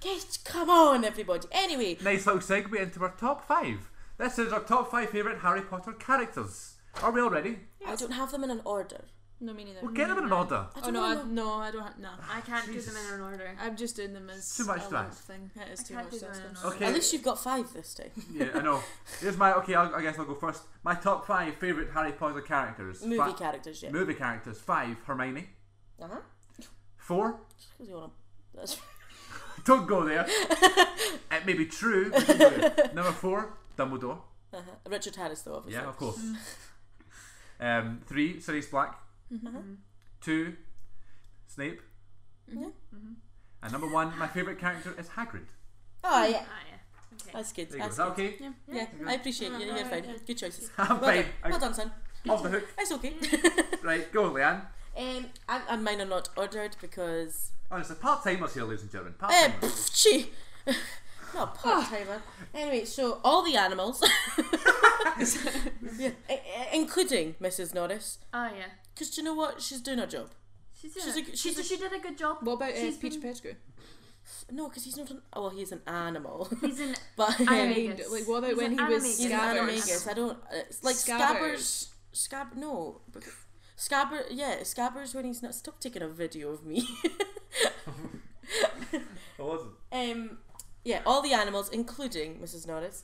Get, come on, everybody. Anyway,
Nice little segue into our top five. This is our top five favourite Harry Potter characters. Are we all ready?
I don't have them in an order.
No, me neither.
We'll get them in an order.
I
Oh,
don't
no, I,
know.
no, I don't have. No.
I can't do them
Jesus.
in an order.
I'm just doing them as
Too much
a
to
lump
ask.
thing. It is
I
too
can't
much
do
to
them in
ask.
an
Okay.
At least you've got five this time.
Yeah, I know. Here's my okay. I'll, I guess I'll go first. My top five favourite Harry Potter characters.
Movie
Fi-
characters, yeah.
Movie characters. Five. Hermione.
Uh huh.
Four.
Because you want to. That's
Don't go there. it may be true. But don't go there. Number four. Dumbledore.
Uh-huh. Richard Harris, though, obviously.
Yeah, of course.
Mm-hmm.
um, three. Sirius Black. Two. Snape. Mm-hmm.
Yeah.
Mhm.
And number one, my favourite character is Hagrid.
Oh yeah,
Ah, yeah. Okay.
that's good.
There you go.
That's
Is that
good.
okay?
Yeah,
Yeah.
yeah, I appreciate you. You're fine. Good choices.
I'm
Well
fine.
done.
I-
Well done, son.
Off the hook.
It's okay.
Mm.
Right, go on, Leanne.
um, I, I mine are not ordered because
Honestly, part timers here, ladies and gentlemen. Part
Eh,
timers.
pff, she.
Ah.
Not part timer. Anyway, so all the animals, yeah, i- i- including Mrs. Norris,
Ah, yeah.
because do you know what? She's doing her job.
She's, doing
She's
it.
a g-
she,
she's a-
she did a good job.
What about uh,
She's
Peach
been-
Pettigrew?
No, because he's not an. oh, Well, he's an animal.
He's in.
but um,
Animagus.
he's
And, like what about
He's
when
an
he was
animagus.
an
Scabbers?
animagus. I don't. uh, It's like
Scabbers.
scabbers. Scab. No. bec- Scabbers. Yeah, scabbers when he's not. Stop taking a video of me.
I wasn't.
Um, yeah, all the animals, including Mrs. Norris,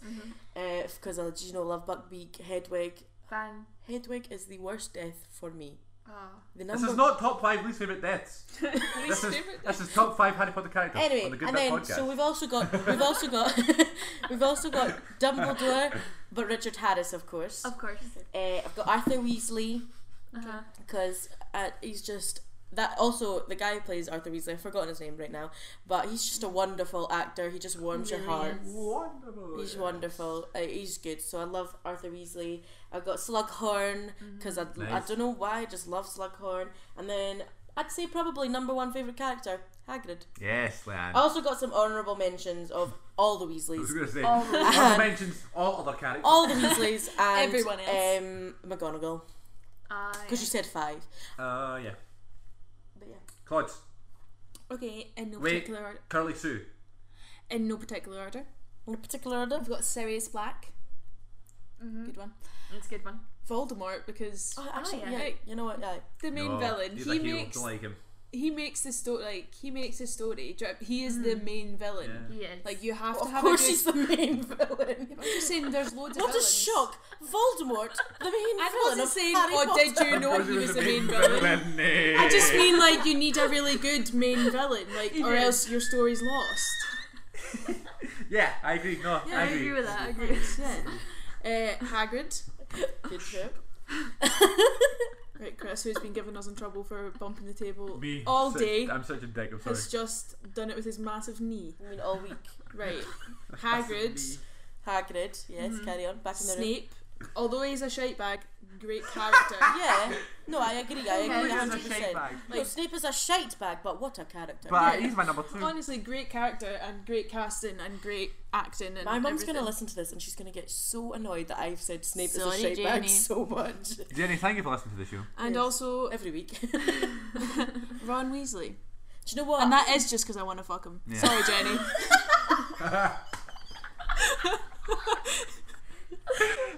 because I, you know, love Buckbeak, Hedwig.
Bang.
Hedwig is the worst death for me.
Oh.
The
This
number.
is not top five least favourite deaths. this, is,
favourite
this is top five Harry Potter characters on
anyway,
the Good
and
Bit
then
podcast.
so we've also got we've also got we've also got Dumbledore, but Richard Harris, of course.
Of course.
Uh, I've got Arthur Weasley
Uh-huh.
because uh, he's just that. Also, the guy who plays Arthur Weasley, I've forgotten his name right now, but he's just a wonderful actor. He just warms your
Really
heart.
is.
Wonderful.
He's wonderful. Uh, he's good. So I love Arthur Weasley. I've got Slughorn because I,
Nice.
I don't know why I just love Slughorn. And then I'd say probably number one favorite character Hagrid.
Yes, Leanne.
I
Oh,
also got some honorable mentions of all the
I was
Weasleys,
going
oh,
to say,
All
all
of
the mentions all other characters.
all the Weasleys, and
Everyone else.
Um, McGonagall
Ah, yeah.
because you said five.
Oh.
Uh, yeah.
But yeah,
Clods,
Okay, in no
Wait.
particular order.
Curly Sue.
In no particular order.
in a particular order.
I've got Sirius Black. Good one.
It's a good one.
Voldemort because
Oh, actually,
yeah.
yeah. You know what? Yeah.
the main
No,
villain.
Oh, He's
He
a hero.
makes
Don't like him.
he makes the story like he makes the story. Do you know- He is the main villain.
Yeah.
He is.
Like you have
Well,
to
of
have.
course,
a good,
he's the main villain.
I'm just saying, there's loads of
What a
villains.
shock! Voldemort, the main
I
villain
wasn't
of
saying,
Harry
or
Potter.
did you know he was the main villain? I just mean like you need a really good main villain, like, or
did.
else your story's lost.
Yeah, I agree. No,
I agree with that. I agree.
Uh, Hagrid,
Good trip.
right, Chris, who's been giving us in trouble for bumping the table
Me,
all
such-
day,
I'm such a dick. I'm sorry.
has just done it with his massive knee.
I mean, all week.
Right, Hagrid,
Hagrid, yes, carry on. Back in the room.
Snape. Although he's a shite bag, great character.
Yeah. No, I agree. I
Okay.
agree.
He
He
is a
100%.
a shite bag,
No, Snape is a shite bag, but what a character.
but
Yeah.
he's my number two.
Honestly, great character and great casting and great acting and
My mum's going to
everything.
listen to this and she's going to get so annoyed that I've said Snape is
Sorry,
a shite
Janie.
bag so much.
Jenny, thank you for listening to the show.
And
Yes.
also
Every week. Do
Ron Weasley.
you know what?
And that is just because I want to fuck him.
Yeah.
Sorry, Jenny.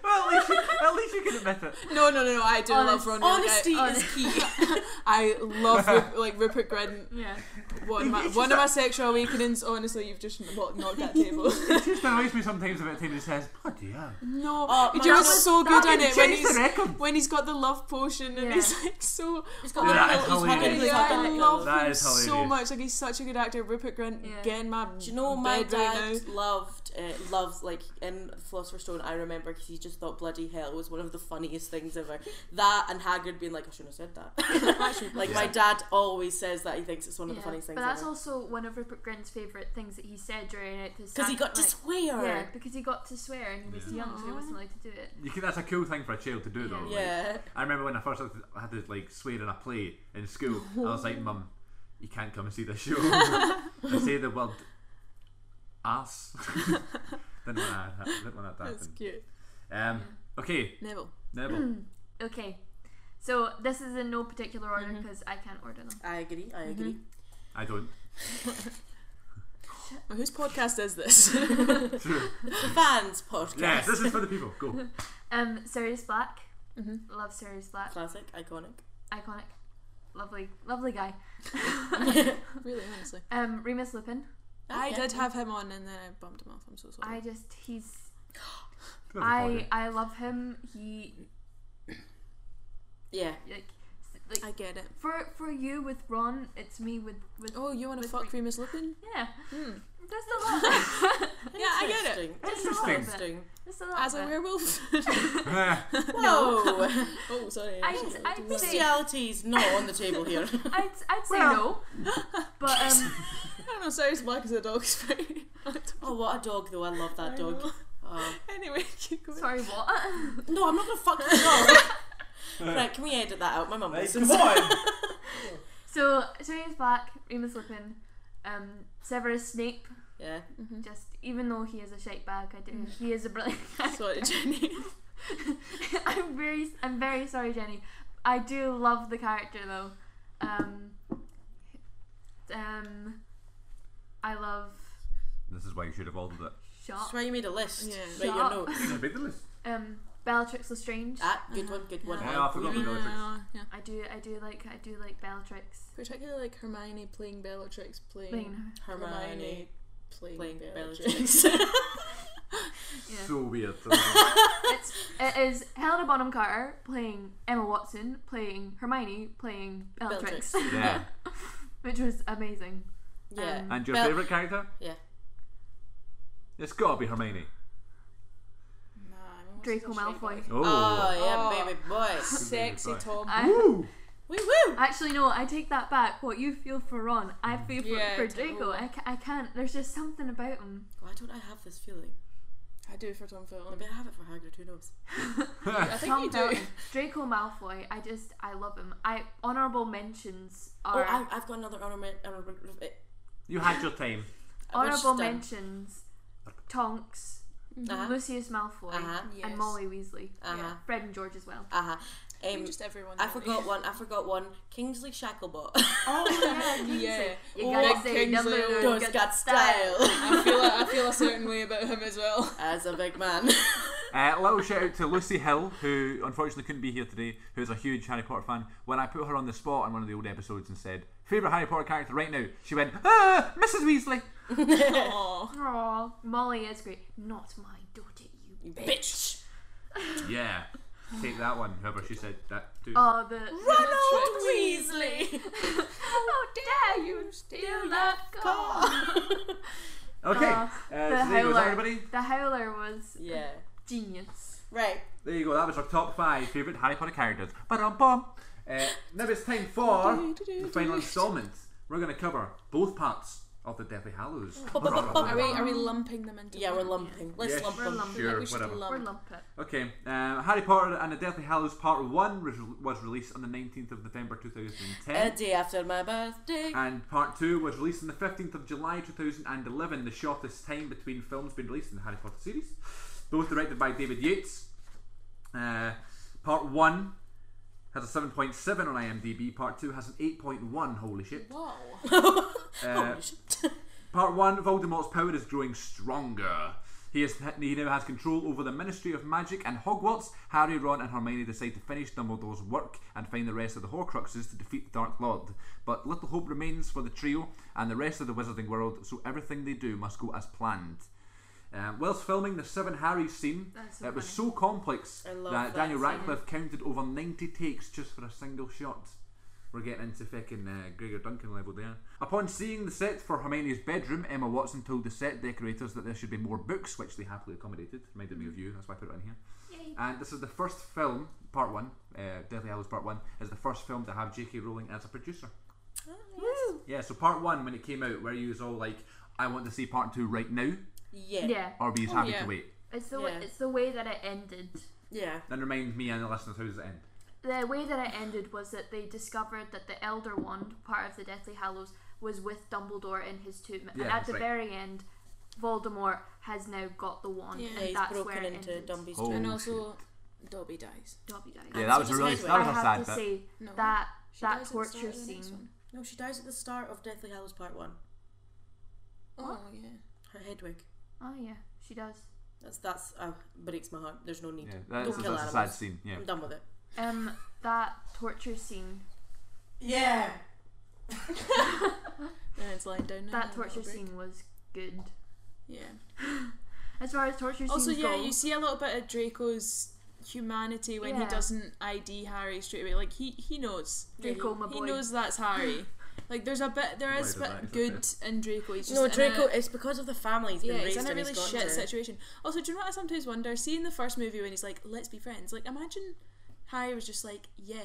Well, at least you, at least you can admit it.
No, no, no, no. I do
Honest-
love Ron. Weasley.
Honesty
I,
is key.
I love Ru- like Rupert Grint.
Yeah.
One, of my,
It's
one
just
of my sexual awakenings. Honestly, you've just kno- knocked that table.
It just annoys me sometimes about time he says, bloody hell.
no,
Oh,
you're just
man, that was-
so good
Fucking
on it when
change the
he's
record.
when he's got the love potion and
Yeah.
he's like so.
He's got
Yeah,
one
that is
little- he's hugging
hilarious.
his
Yeah, I
little-
love
That
him
is
so
hilarious.
much. Like he's such a good actor. Rupert Grint,
Yeah.
get in my
Do you know my
bed right now.
dad loved uh, loved like in the Philosopher's Stone? I remember because he just thought bloody hell was one of the funniest things ever. That and Hagrid being like, I shouldn't have said that. like my dad always says that he thinks it's one of
yeah.
the funniest
But
things
that's
ever
also one of Rupert Grint's favourite things that he said during it.
because he got to swear.
Yeah, because he got to swear and he was young, so he
Aw.
wasn't allowed to do it.
You can, that's a cool thing for a child to do, though. like,
Yeah.
I remember when I first had to, I had to like swear in a play in school. I was like, "Mum, you can't come and see the show." I say the word ass. didn't want that. Didn't want that to
That's
happen.
cute.
Um, okay,
Neville.
Neville.
Okay. So this is in no particular order
Mm-hmm.
because I can't order them.
I agree. I agree.
I don't.
Well, whose podcast is this?
True.
Fans podcast.
Yes, this is for the people. Go.
Um, Sirius Black. Love Sirius Black.
Classic, iconic.
Iconic. Lovely, lovely guy.
really, honestly.
Um, Remus Lupin.
I
Yeah.
did have him on and then I bumped him off. I'm so sorry.
I just he's
Another
I
podcast.
I love him. He
Yeah.
like s-
I,
like
get it.
for for you with Ron, it's me with with
Oh, you want to
With Hmm.
fuck
re-
Remus Lupin?
yeah. Just a lot.
Yeah, I get it.
Interesting.
Just a little
Interesting.
bit.
Interesting.
Just a little
As
bit.
a werewolf?
Whoa!
oh, sorry.
I'd,
actually, I
I'd,
didn't-
say,
Bestiality is not on the table here.
I'd, I'd say no. But um,
I don't know, sorry, it's black as a dog's face.
oh, what a dog though! I love that
I
dog.
know.
Oh.
Anyway, keep going.
sorry, what?
No, I'm not gonna fuck your dog. right, can we edit that out? My mum
Hey,
listens.
on!
So Sirius Black, Remus Lupin, um, Severus Snape.
Yeah.
Mm-hmm.
Just even though he is a shite bag, I do. He is a brilliant.
Sorry, Jenny.
I'm very, I'm very sorry, Jenny. I do love the character though. Um, um, I love
This is why you should have ordered it.
shot.
That's why you made a list.
Yeah.
Write your
Oh. Shut up.
notes.
I made the list.
Um, Bellatrix Lestrange.
Ah, good one, good one.
Yeah, I forgot the
Ooh.
Bellatrix.
No, yeah.
I do, I do like, I do like Bellatrix.
Particularly like Hermione playing Bellatrix, playing,
Playing her.
Hermione.
playing,
Playing
Bellatrix.
Bellatrix.
Yeah.
So weird.
it's it is Helena Bonham Carter playing Emma Watson playing Hermione playing Bellatrix,
yeah.
which was amazing.
yeah.
Um,
And your
Bell-
favourite character?
Yeah.
It's gotta be Hermione.
Nah, I'm almost
Draco
a shite
Malfoy.
bag.
Oh.
Oh, yeah,
Oh.
baby boy.
Sexy
Goodbye.
Tom.
I,
Woo woo!
actually no, I take that back. What you feel for Ron, I feel for,
Mm. Yeah,
for Draco.
totally.
I, ca- I can't. There's just something about him.
Why don't I have this feeling?
Mm-hmm.
I do for Tom
I
Felton.
better have it for Hagrid, who knows?
I think
Tom
you do.
Felton, Draco Malfoy. I just I love him. I honorable mentions
Oh,
are
I, I've got another honorable. honorable eh,
You had your time.
what's
honorable
done?
mentions. Tonks,
Uh-huh.
Lucius Malfoy,
Uh-huh.
and
Yes.
Molly Weasley.
Uh-huh.
Fred and George as well.
Uh-huh.
I
Um,
think just everyone.
I
really.
forgot one. I forgot one. Kingsley Shacklebot.
Oh,
yeah,
Yeah.
You
Oh,
gotta
Nick
say number
Kingsley.
one,
Does
got
got style
I feel a, I feel a certain way about him as well.
as a big man.
Uh, little shout out to Lucy Hill, who unfortunately couldn't be here today, who's a huge Harry Potter fan. When I put her on the spot on one of the old episodes and said, favourite Harry Potter character right now, she went, ah, Mrs. Weasley.
Oh.
Aw.
Aw, Molly is great. Not mine, don't it, you.
You bitch.
Yeah. Take that one, whoever she said that to.
Oh, the.
Ronald Weasley.
How dare you steal that car?
okay.
uh,
Uh,
the
so there you go,
Howler.
everybody.
The Howler was
Yeah.
genius.
Right.
There you go, that was our top five favourite Harry Potter characters. Ba-dum-bum. Uh, now it's time for the final instalment. We're going to cover both parts of the Deathly Hallows.
Are we are we lumping them into?
Yeah, we're
one?
lumping. Let's
Yes,
lump
We're
them.
lumping.
Sure,
we should
whatever.
We're
lump.
lump it.
Okay, um, Harry Potter and the Deathly Hallows Part 1 re- was released on the 19th of November 2010.
A day after my birthday.
and Part 2 was released on the 15th of July 2011, the shortest time between films being released in the Harry Potter series. Both directed by David Yates. Uh, part 1 has a 7.7 on IMDb, Part 2 has an 8.1, holy shit.
Wow.
Uh, part 1 Voldemort's power is growing stronger. He, is, he now has control over the Ministry of Magic and Hogwarts. Harry, Ron, and Hermione decide to finish Dumbledore's work and find the rest of the Horcruxes to defeat the Dark Lord. But little hope remains for the trio and the rest of the Wizarding world, so everything they do must go as planned. Um, whilst filming the Seven Harrys scene,
That's so
it was
funny.
so complex
I
that,
love that
Daniel
scene.
Radcliffe counted over 90 takes just for a single shot. We're getting into fucking uh, Gregor Duncan level there. Upon seeing the set for Hermione's bedroom, Emma Watson told the set decorators that there should be more books, which they happily accommodated. Reminded me of you, that's why I put it in here. And this is the first film, part one, uh, Deathly Hallows Part One, is the first film to have J.K. Rowling as a producer. Yeah, so part one, when it came out, where you was all like, I want to see part two right now,
Yeah.
Yeah,
or be
Oh,
happy
yeah.
to wait.
it's the way,
Yeah.
it's the way that it ended.
Yeah.
Then remind me and the listeners how does it end?
The way that it ended was that they discovered that the Elder Wand, part of the Deathly Hallows, was with Dumbledore in his tomb.
Yeah,
and at
that's
the
right.
very end, Voldemort has now got the wand,
Yeah.
and
Yeah, he's
that's where
broken
it
into
ended.
Dumby's
Oh.
tomb.
And also, Dobby dies.
Dobby dies.
Yeah, that was a
just
really
hide
that
away.
was
I
a
have
sad
to
bit.
say
No.
that
She
that
dies at the start
torture
of the next
scene.
one.
No, she dies at the start of Deathly Hallows Part 1.
Oh yeah.
Her Hedwig.
Oh yeah, she does.
That's, that's, uh, breaks my heart. There's no need.
Yeah, that's,
Don't kill
that's a sad
animals.
scene. Yeah.
I'm done with it.
Um, that torture scene.
Yeah.
And it's lying down now.
That
a little
torture
break.
scene was good.
Yeah.
As far as torture
Also,
scenes
yeah,
go,
you see a little bit of Draco's humanity when
Yeah.
he doesn't ID Harry straight away. Like he he knows.
Draco, my
He
boy.
knows that's Harry. Like there's a bit, there is a
Wider
bit
eyes,
good in Draco. He's just
no,
in
Draco.
a-
It's because of the family he's been
yeah, he's
raised
in a
and
really
he's
shit
got to.
situation. Also, do you know what I sometimes wonder? See in the first movie when he's like, "Let's be friends." Like, imagine Harry was just like, "Yeah,"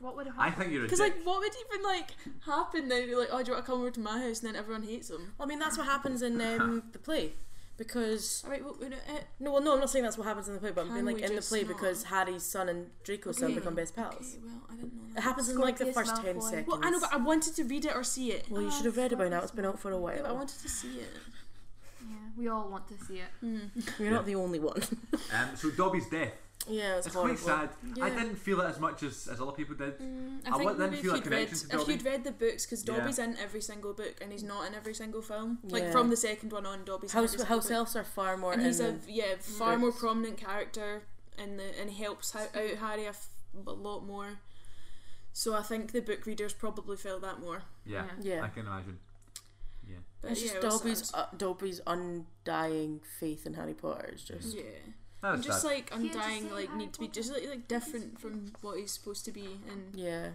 What would have
I
happened?
think you're a
because
dick.
like, what would even like happen? They'd be like, "Oh, do you want to come over to my house?" And then everyone hates him.
Well, I mean, that's what happens in um, the play because
All right, well, we don't- eh,
no, well, no, I'm not saying that's what happens in the play, but I'm
Can
being like
we
in the
just
play
not?
because Harry's son and Draco's son
okay,
become best pals.
Okay, well, I didn't know
It
that.
happens in like the
Scorpius
first ten
Malfoy.
seconds.
Well, I know, but I wanted to read it or see it.
Well, you
Ah,
should have read it by now.
Scorpius
It's been out for a
Malfoy.
while.
Yeah, but I wanted to see it.
Yeah, we all want to see it.
You're not the only one.
um, so Dobby's death.
yeah, it's,
It's
horrible.
quite sad. I
Yeah.
didn't feel it as much as, as other people did.
Mm,
I
I think
want them
maybe if
to feel a
you'd, read,
connection to
if you'd
Dobby.
read the books, because
Yeah.
Dobby's in every single book and he's not in every single film. Like
Yeah.
from the second one on, Dobby's in
House
every
house
single book.
elves are far more.
and he's
in
a yeah far more
books.
prominent character in the and he helps ho- out Harry a, f- a lot more. So I think the book readers probably felt that more.
Yeah,
Yeah.
the- yeah.
I can imagine. Yeah.
But
It's
yeah,
just
it was
Dobby's
sad.
uh, Dobby's undying faith in Harry Potter is just
Yeah,
That
and
was
just
sad.
like
Yeah, just
undying,
say
like
Harry
need to be
Potter.
just like, like different from what he's supposed to be and
yeah.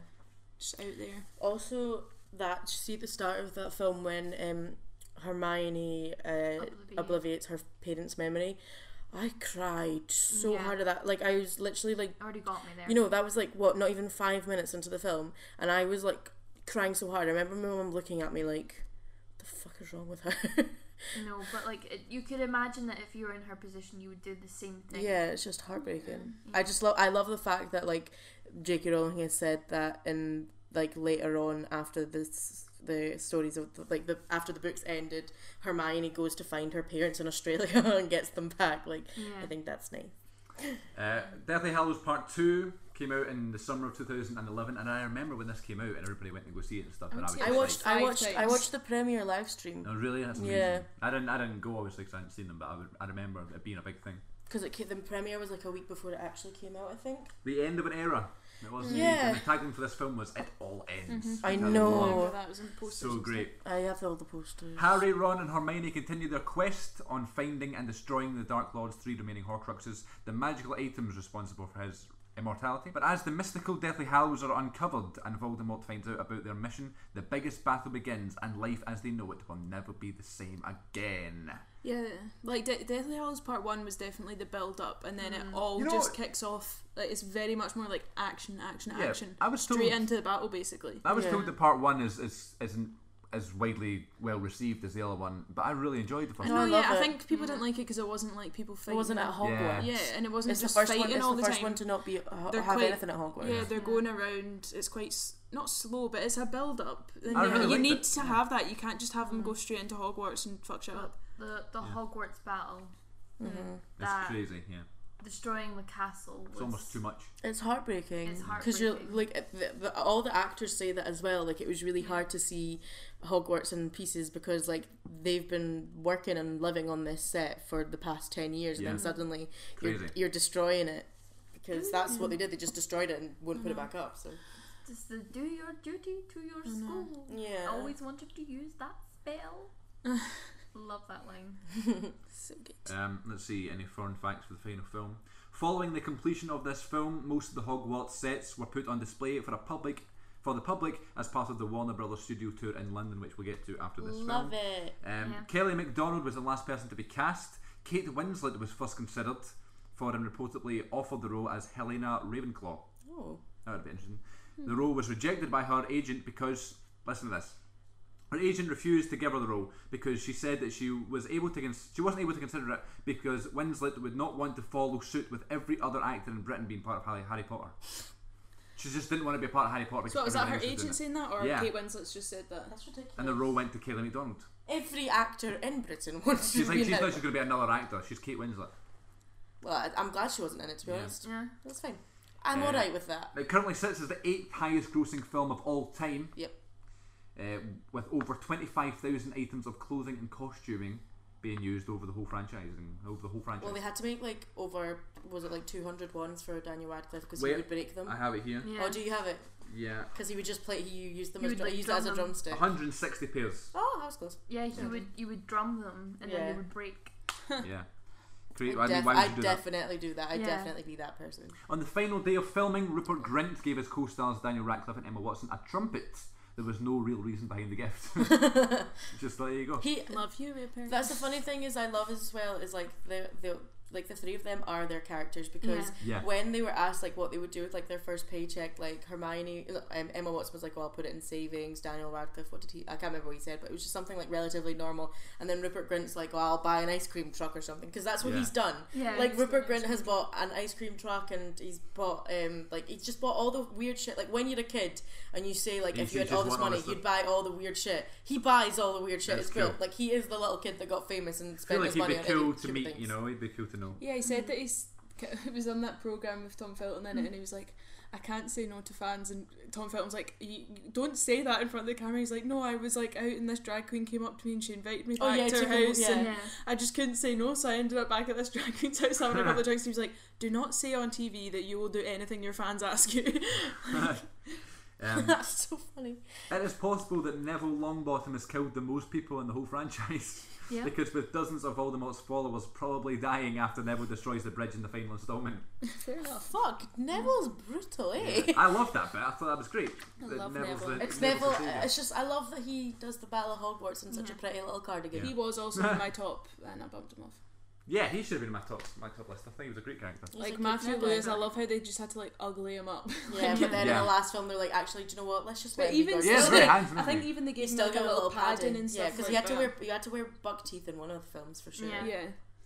just out there.
Also, that see at the start of that film when um, Hermione uh,
Obliviate.
obliviates her parents' memory. I cried so
Yeah.
hard at that. Like I was literally like,
Already got me there.
you know, that was like what, not even five minutes into the film, and I was like crying so hard. I remember my mum looking at me like, "The fuck is wrong with her?"
No, but like it, you could imagine that if you were in her position, you would do the same thing.
Yeah, it's just heartbreaking. I just love I love the fact that like J.K. Rowling has said that in like later on after this the stories of like the after the books ended, Hermione goes to find her parents in Australia and gets them back. Like
Yeah.
I think that's nice.
Uh, Deathly Hallows Part 2 came out in the summer of 2011, and I remember when this came out and everybody went to go see it and stuff. And I
I
was
would
just
I watched I
Five
watched I
times.
watched the premiere live stream
Like, no, really? That's amazing.
Yeah.
I didn't, I didn't go, obviously, because I hadn't seen them, but I, would, I remember it being a big thing.
because it ca- the premiere was like a week before it actually came out. I think.
The end of an era. It was indeed,
Yeah. Mm-hmm.
And the tagline for this film was It All Ends.
I
which
know.
love.
Remember that was in posters
Oh. So
and stuff.
great.
I Uh, have all the posters.
Harry, Ron, and Hermione continue their quest on finding and destroying the Dark Lord's three remaining Horcruxes, the magical items responsible for his immortality. But as the mystical Deathly Hallows are uncovered and Voldemort finds out about their mission, the biggest battle begins, and life as they know it will never be the same again.
Yeah, like De- Deathly Hallows Part One was definitely the build up, and then it all
You know
just
what-
kicks off. Like it's very much more like action, action,
Yeah,
action.
I was
straight
told-
into the battle basically.
I was
Yeah.
told that part one is, is isn't as widely well received as the other one, but I really enjoyed the
I
first
know,
one.
I
yeah,
love
I
it. Mm.
think people didn't like it because it wasn't like people
It
fighting.
wasn't at Hogwarts.
Yeah, and it wasn't
It's the
just
first one.
fighting
It's
all
the
the
first
time.
one to not be ha-
They're
have
quite-
anything at Hogwarts.
yeah, they're going around. It's quite s- not slow, but it's a build up. And
I
you,
really
you
liked
need
it.
to have that. You can't just have them
Mm.
go straight into Hogwarts and fuck shit
But
up.
the the Hogwarts battle,
It's
Mm-hmm.
that-
crazy, yeah.
destroying the castle. Was,
It's almost too much.
It's heartbreaking.
It's
because you're
heartbreaking.
like it- the, the, all the actors say that as well. Like it was really hard to see Hogwarts in pieces because like they've been working and living on this set for the past ten years, and
Yeah.
then suddenly you're,
Crazy.
you're destroying it because that's what they did. They just destroyed it and wouldn't put it back up. So
Just the do your duty to your
know.
school.
yeah,
I always wanted to use that spell. Love that line.
So good.
Um, let's see, any foreign facts for the final film? Following the completion of this film, most of the Hogwarts sets were put on display for a public for the public as part of the Warner Brothers studio tour in London, which we'll get to after this
love
film.
it.
Um,
Yeah.
Kelly MacDonald was the last person to be cast. Kate Winslet was first considered for and reportedly offered the role as Helena Ravenclaw.
Oh,
That would be interesting. The role was rejected by her agent because, listen to this, her agent refused to give her the role because she said that she was able to cons- she wasn't able to consider it because Winslet would not want to follow suit with every other actor in Britain being part of Harry, Harry Potter. She just didn't want to be a part of Harry Potter.
So
because
was that her
everyone else
agent
was doing
saying that, or
Yeah.
Kate Winslet's just said that?
that's ridiculous.
it. And the role went to Kelly MacDonald.
Every actor in Britain wants
She's
to
like,
be
she's
in
not
it.
just going to be another actor. She's Kate Winslet.
Well, I, I'm glad she wasn't in it. To be
Yeah.
honest,
Yeah.
that's fine. I'm
Yeah.
alright with that.
It currently sits as the eighth highest grossing film of all time.
Yep.
Uh, with over 25,000 items of clothing and costuming being used over the whole franchise and over the whole franchise.
Well, they had to make like over was it like 200 ones for Daniel Radcliffe because he
Wait,
would break them.
I have it here.
Yeah.
Oh, do you have it?
Yeah.
Because he would just play. He used them
He
as
would,
drum,
like,
used it
drum
as a
them.
drumstick.
160 pairs.
Oh, that was close.
yeah, he would you would drum them and then
Yeah.
they would break.
yeah. Create,
I,
I mean,
def-
why
I
would you do that?
definitely do that. I
Yeah.
definitely be that person.
On the final day of filming, Rupert Grint gave his co-stars Daniel Radcliffe and Emma Watson a trumpet there was no real reason behind the gift. Just oh. there you go.
He.
Love you, reappearance.
That's the funny thing is I love as well is like the the like the three of them are their characters because
Yeah.
when they were asked like what they would do with like their first paycheck, like Hermione, um, Emma Watson was like, "Well, I'll put it in savings." Daniel Radcliffe, what did he? I can't remember what he said, but it was just something like relatively normal. And then Rupert Grint's like, "Well, I'll buy an ice cream truck or something," because that's what
Yeah.
he's done.
Yeah.
Like
he's done
Rupert
ice
Grint has bought an ice cream truck, and he's bought um like he's just bought all the weird shit. Like when you're a kid and you say like
You
if you
should
had all
just
this
want all
money,
this
you'd buy all the weird shit. He buys all the weird shit.
That's
it's cool.
cool.
Like he is the little kid that got famous and
I feel
spent
like
his
he'd
money
be
on
cool
any
to
stupid
meet,
things.
you know, he'd be cool to know.
Yeah, he
Mm.
said that he's he was on that program with Tom Felton in it, and he was like, "I can't say no to fans." And Tom Felton's like, "You you don't say that in front of the camera." He's like, "No, I was like out, and this drag queen came up to me, and she invited me
Oh,
back
yeah,
to
to
her
the-
house,
yeah.
and
yeah.
I just couldn't say no, so I ended up back at this drag queen's house having a couple of drinks." And he was like, "Do not say on TV that you will do anything your fans ask you."
um,
That's so funny.
it is possible that Neville Longbottom has killed the most people in the whole franchise.
Yeah.
Because with dozens of Voldemort's followers probably dying after Neville destroys the bridge in the final installment.
Fair enough.
Fuck, Neville's brutal, eh?
I love that bit. I thought that was great.
I
That
love
Neville's
Neville.
the- Neville's
It's
the
Neville.
saviour.
It's just I love that he does the Battle of Hogwarts in such a pretty little cardigan.
He was also in my top, and I bumped him off.
Yeah, he should have been in my top my top list. I think he was a great character.
He's a
Like
good
Matthew
Neville.
Lewis, I love how they just had to like ugly him up.
Yeah, but then in
Yeah.
the last film, they're like, actually, do you know what? Let's just.
But
let him be
even
God."
Yeah,
still,
very
like,
handsome,
I think
isn't he?
even they
He
gave him
still
like,
got
a little padding and
Yeah,
stuff.
because
like
you had to
that.
wear you had to wear buck teeth in one of the films for sure.
Yeah.
Yeah.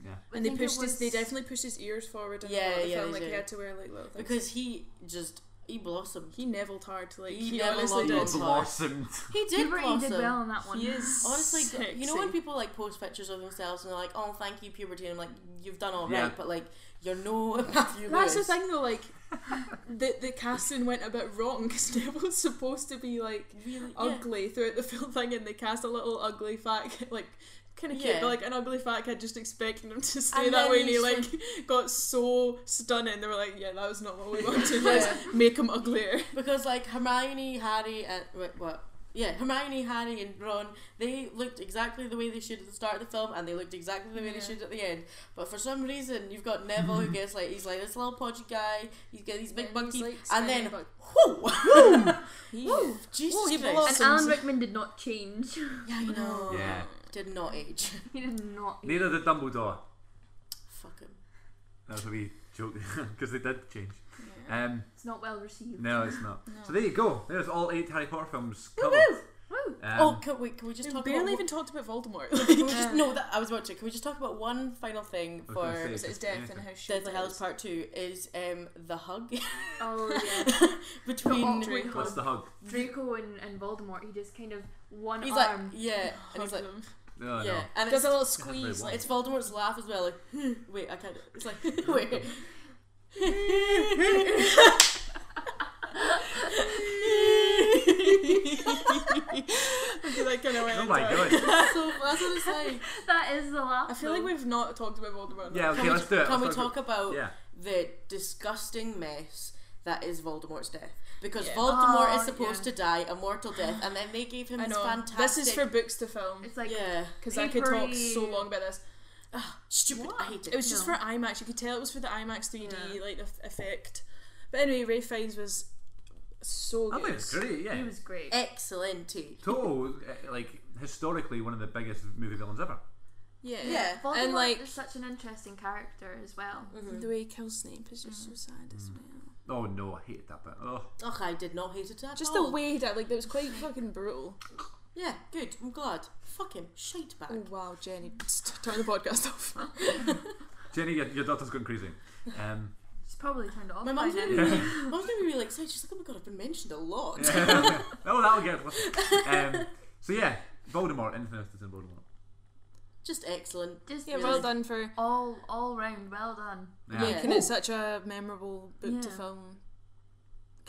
Yeah.
And they
think it
pushed his. They
was-
definitely pushed his ears forward. And
Yeah,
yeah, yeah.
yeah,
Film.
they
Like he
do.
had to wear like little things.
Because he just he blossomed.
he nevilled hard. Like he,
He Neville
honestly
Longbottom.
did.
Yes.
blossomed.
He did
He really
blossom.
did well on that one.
He is
Honestly,
sexy.
you know when people like post pictures of themselves and they're like, "Oh, thank you, puberty," and I'm like, "You've done all right,
Yeah.
but like, you're no Matthew
That's the
Lewis."
thing though. Like the the casting went a bit wrong because Neville's supposed to be like
Really, yeah.
ugly throughout the film thing, and they cast a little ugly fat kid, like. Kind of cute,
Yeah.
but like an ugly fat kid, just expecting him to stay
And
that
then
way, and he
he's
like got so stunning. They were like, "Yeah, that was not what we wanted.
Yeah.
Let's make him uglier."
Because like Hermione, Harry, and wait, what? Yeah, Hermione, Harry, and Ron, they looked exactly the way they should at the start of the film, and they looked exactly the way
Yeah.
they should at the end. But for some reason, you've got Neville who gets like he's like this little podgy guy. He's got these big
And
bug
he's,
teeth,
like,
and
skinny,
then
but-
whoo,
He-
whoo, Jesus
Whoa, he
Christ!
blows-
And Alan Rickman did not change.
Yeah, you know,
Oh.
Yeah.
did not age.
he did not.
Neither did Dumbledore.
Fuck him.
That was a wee joke because they did change. Um,
It's not well received.
no, it's not. So there you go. There's all eight Harry Potter films covered.
Woo.
Um,
oh, can we can we just
We
talk
barely
about
even talked about Voldemort.
Can we
Like,
just, no, that, I was about to. Can we just talk about one final thing
I was gonna
for
say,
it's
just
death
anything.
and how she
Deadly Hallows
dies.
Part Two? Is um the hug
Oh yeah.
between
awkward
What's the hug?
Draco and, and Voldemort. He just kind of one
He's like,
arm.
yeah, and he's like,
Hug them.
Oh, No,
yeah,
no.
and
does
it's,
a little squeeze.
one.
Like,
it's Voldemort's laugh as well. Like, wait, I can't. It's like, wait. I
that kind of went
Oh my
into it.
god.
so that's what it's like.
that is the laugh.
I feel like we've not talked about Voldemort.
Yeah, okay,
we,
let's do it.
Can
Let's
we talk about
Yeah.
the disgusting mess that is Voldemort's death? Because
Yeah.
Voldemort
Oh,
is supposed
yeah.
to die a mortal death, and then they gave him
I
this
know.
fantastic.
This is for books to film
It's like
yeah,
because I could talk so
papery-
long about this.
stupid. I hate it.
It was just
No.
for IMAX. You could tell it was for the IMAX 3D
Yeah.
like eff- effect. But anyway, Ray Fiennes was so
That
good.
was great.
he
Yeah.
was great.
excellent.
Toto, uh, like historically, one of the biggest movie villains ever.
Yeah,
Yeah.
Voldemort
and like Mm.
is such an interesting character as well.
the way he kills Snape is just so sad as well.
Oh no, I hated that bit. Oh,
Ugh, I did not hate it at
Just
all.
the way he did, like that was quite fucking brutal.
Yeah, good. I'm glad. Fucking shite back.
Oh wow, Jenny, just turn the podcast off.
Jenny, your, your daughter's going crazy. Um,
She's probably turned
Oh,
off.
My
by
mum's
now.
gonna be really, mum's gonna be really excited. She's like, oh my god, I've been mentioned a lot.
oh, that'll get. Um, so yeah, Voldemort. Anything else that's in Voldemort?
Just excellent.
Just
yeah,
really
well done for
All all round, well done.
Yeah.
making it such a memorable book to
Yeah.
film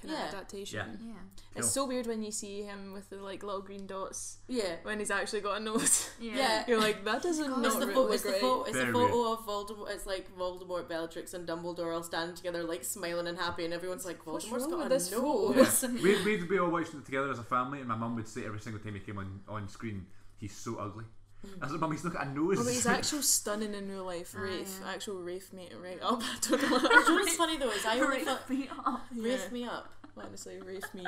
kind
Yeah.
of adaptation.
Yeah.
Yeah.
Cool.
It's so weird when you see him with the like little green dots
Yeah.
when he's actually got a nose.
Yeah.
Yeah.
You're like that doesn't
It's
not
It's the,
really
photo, it's, the
great.
photo, it's the
Very
photo of Voldemort. It's like Voldemort, Bellatrix, and Dumbledore all standing together, like smiling and happy, and everyone's like,
What's
Voldemort's
wrong
got
with
a
this
Oh,
photo?
nose.
We'd, we'd be all watching it together as a family, and my mum would say every single time he came on, on screen, he's so ugly. I said, Mum, he's not got a nose.
Oh, but he's actually stunning in real life.
Ah,
Rafe,
yeah.
actual Rafe mate, right up. I don't know.
Do you know what's funny though is I only
Raise
thought
me up.
Yeah.
Rafe me up.
Honestly, Rafe me.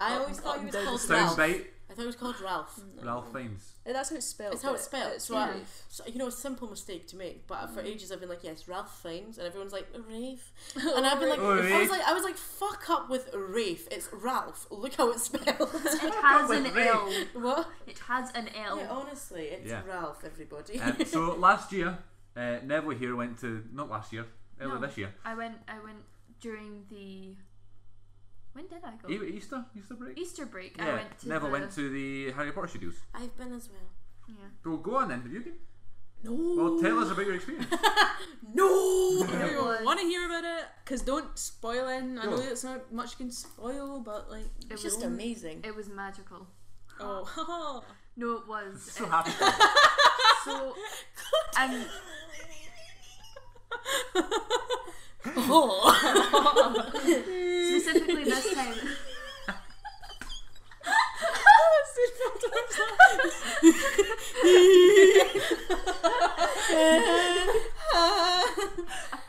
I
Up-
always thought
up
it was
down.
called Ralph.
Soundbite.
I thought it was called Ralph.
Ralph Fiennes.
Uh, That's how it's spelled.
It's how it's
but
spelled.
It's
so, I-
Ralph.
so, you know, a simple mistake to make. But for ages, I've been like, yes, Ralph Fiennes, and everyone's like Rafe, and I've been like,
Oh,
I
Rafe.
was like, I was like, fuck up with Rafe. It's Ralph. Look how it's spelled.
It has an
Wait.
L.
what?
It has an L.
Yeah, honestly, it's
Yeah.
Ralph. Everybody.
Um, so last year, uh, Neville here went to not last year, earlier
No.
this year.
I went. I went during the. When did I go?
E- Easter, Easter break.
Easter break. Oh. I
yeah,
went to.
Neville
the,
went to the Harry Potter studios.
I've been as well.
Yeah.
Well, go on then. Have you been?
No.
Well, tell us about your experience.
No.
I
It was-
don't want to hear about it because don't spoil it. and I
No.
know that's not much you can spoil, but like,
It
It's
was.
just amazing.
It was magical.
oh, haha.
No, it was.
so
It-
happy.
so and
Oh.
specifically this time.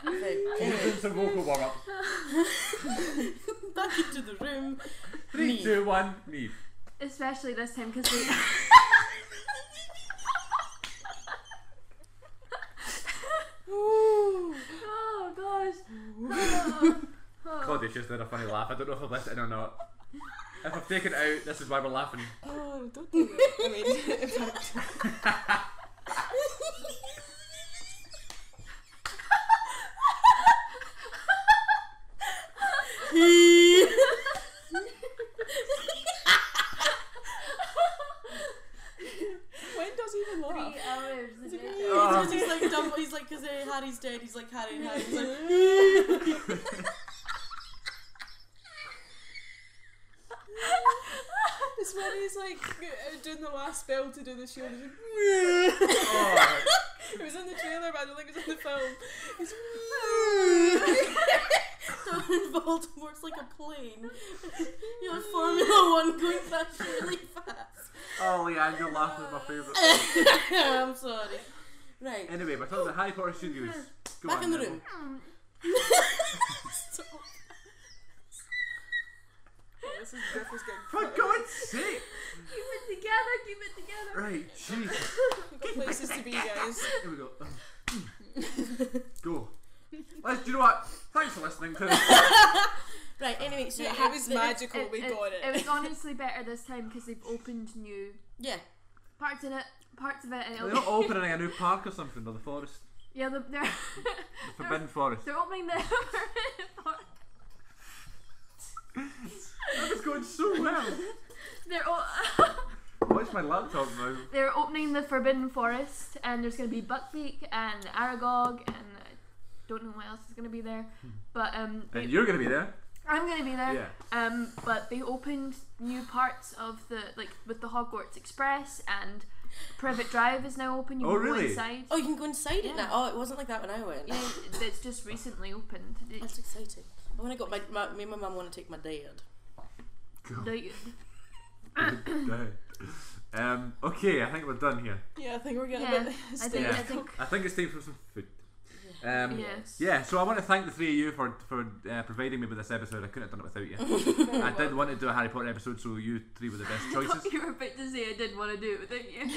Right,
Doing
anyway,
some vocal warm up.
back into the room.
Three,
Me.
two, one, me.
Especially this time because we. oh gosh. Oh.
Claudia's just did a funny laugh. I don't know if I've left it in or not. If I've taken it out, this is why we're laughing.
oh, don't do that. I mean, in fact, when does he even laugh?
Three hours. a day.
Oh.
He's like dumb. He's like because Harry's dead. He's like Harry and Harry. He's like,
It's when he's like uh, doing the last spell to do the shield. He's like,
Oh,
it was in the trailer, but I don't think it was in the film. He's
so when Voldemort's like a plane. You're like Formula One going fast really fast.
oh Leander laugh is my favourite.
I'm sorry. Right.
Anyway, we're talking about Harry Potter Studios. Go
Back
on,
in the
Neville.
room.
this is Griff is getting
For God's sake!
Keep it together. Keep it together.
Right, Jesus.
We've got places to be, guys.
Here we go. go. Let's, do you know what? Thanks for listening to this.
Right. Anyway, so
Yeah,
ha-
it was
the-
magical. We
it,
got
It
it.
was honestly better this time because they've opened new
Yeah.
parts in it, parts of it, and
They're
it'll
not opening a new park or something, or the forest.
yeah, the, they're
The Forbidden Forest.
they're opening the
That is going so well.
they're o-
Watch my laptop now.
they're opening the Forbidden Forest, and there's gonna be Buckbeak and Aragog, and I don't know what else is gonna be there, but um, they-
And you're going to be there.
I'm gonna be there.
Yeah.
Um, but they opened new parts of the like with the Hogwarts Express and Privet Drive is now open. You
Oh,
can go
really?
inside.
Oh, you can go inside
Yeah.
it now. Oh, it wasn't like that when I went.
Yeah, it's just recently opened.
That's exciting. I want to go. My, my me and my mum want to take my dad.
No, you-
Right. um, okay, I think we're done here.
Yeah, I think we're getting a
Yeah,
bit.
I think
Yeah.
I think
I think it's time for some food. Um,
Yes.
Yeah, so I want to thank the three of you for for uh, providing me with this episode. I couldn't have done it without you.
Oh,
I did want to do a Harry Potter episode, so you three were the best choices.
you were about to say I didn't want to do it without you.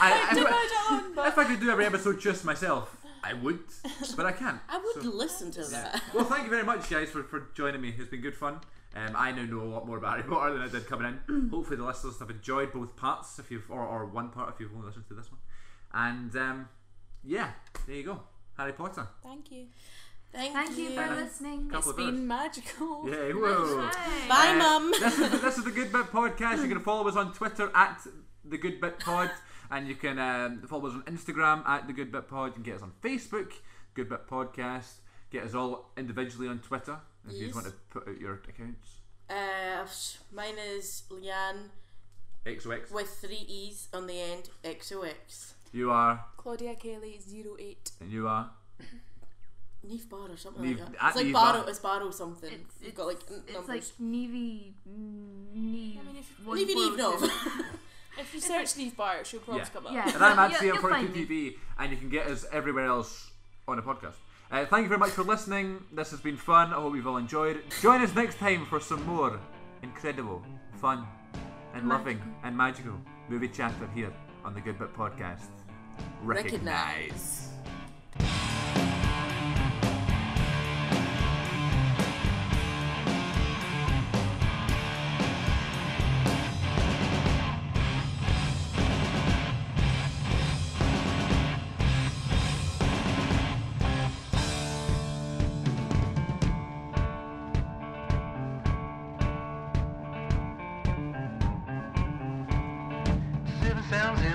I, if, I,
Well done.
if I could do every episode just myself, I would, but I can't.
I would
So-
listen to that.
Well, thank you very much, guys, for, for joining me. It's been good fun. Um, I now know a lot more about Harry Potter than I did coming in. Hopefully, the listeners have enjoyed both parts, if you've or, or one part if you've only listened to this one. And um, yeah, there you go, Harry Potter.
Thank you.
Thank,
Thank you for
Yeah.
listening.
Couple
It's
of hours.
been
Oh,
magical.
Yeah, whoa.
Bye.
Bye,
Uh,
mum.
this, is the, this is the Good Bit Podcast. You can follow us on Twitter at the Good Bit Pod, and you can um, follow us on Instagram at the Good Bit Pod. You can get us on Facebook, Good Bit Podcast. Get us all individually on Twitter if you just
Yes.
want to put out your accounts.
Uh, mine is Leanne
XOX.
with three E's on the end. XOX.
You are,
Claudia Kelly 08.
and you are.
Neve Bar or something
Neve-
like that.
at
It's like
Neve
Barrow.
Bar.
It's Barrow something.
It's,
You've
it's,
got like n-
it's like
numbers.
Neevy, Neve.
I mean, if-
one
Neve
four
Neve no.
two.
If you search Neve Bart, she'll probably
Yeah.
come up.
Yeah.
And I'm at
Yeah,
CM
you'll find me.
TV, and you can get us everywhere else on a podcast. Uh, thank you very much for listening. This has been fun. I hope you've all enjoyed. Join us next time for some more incredible, fun, and loving and magical movie chapter here on the Good Bit Podcast.
Recognize.
Seven sounds in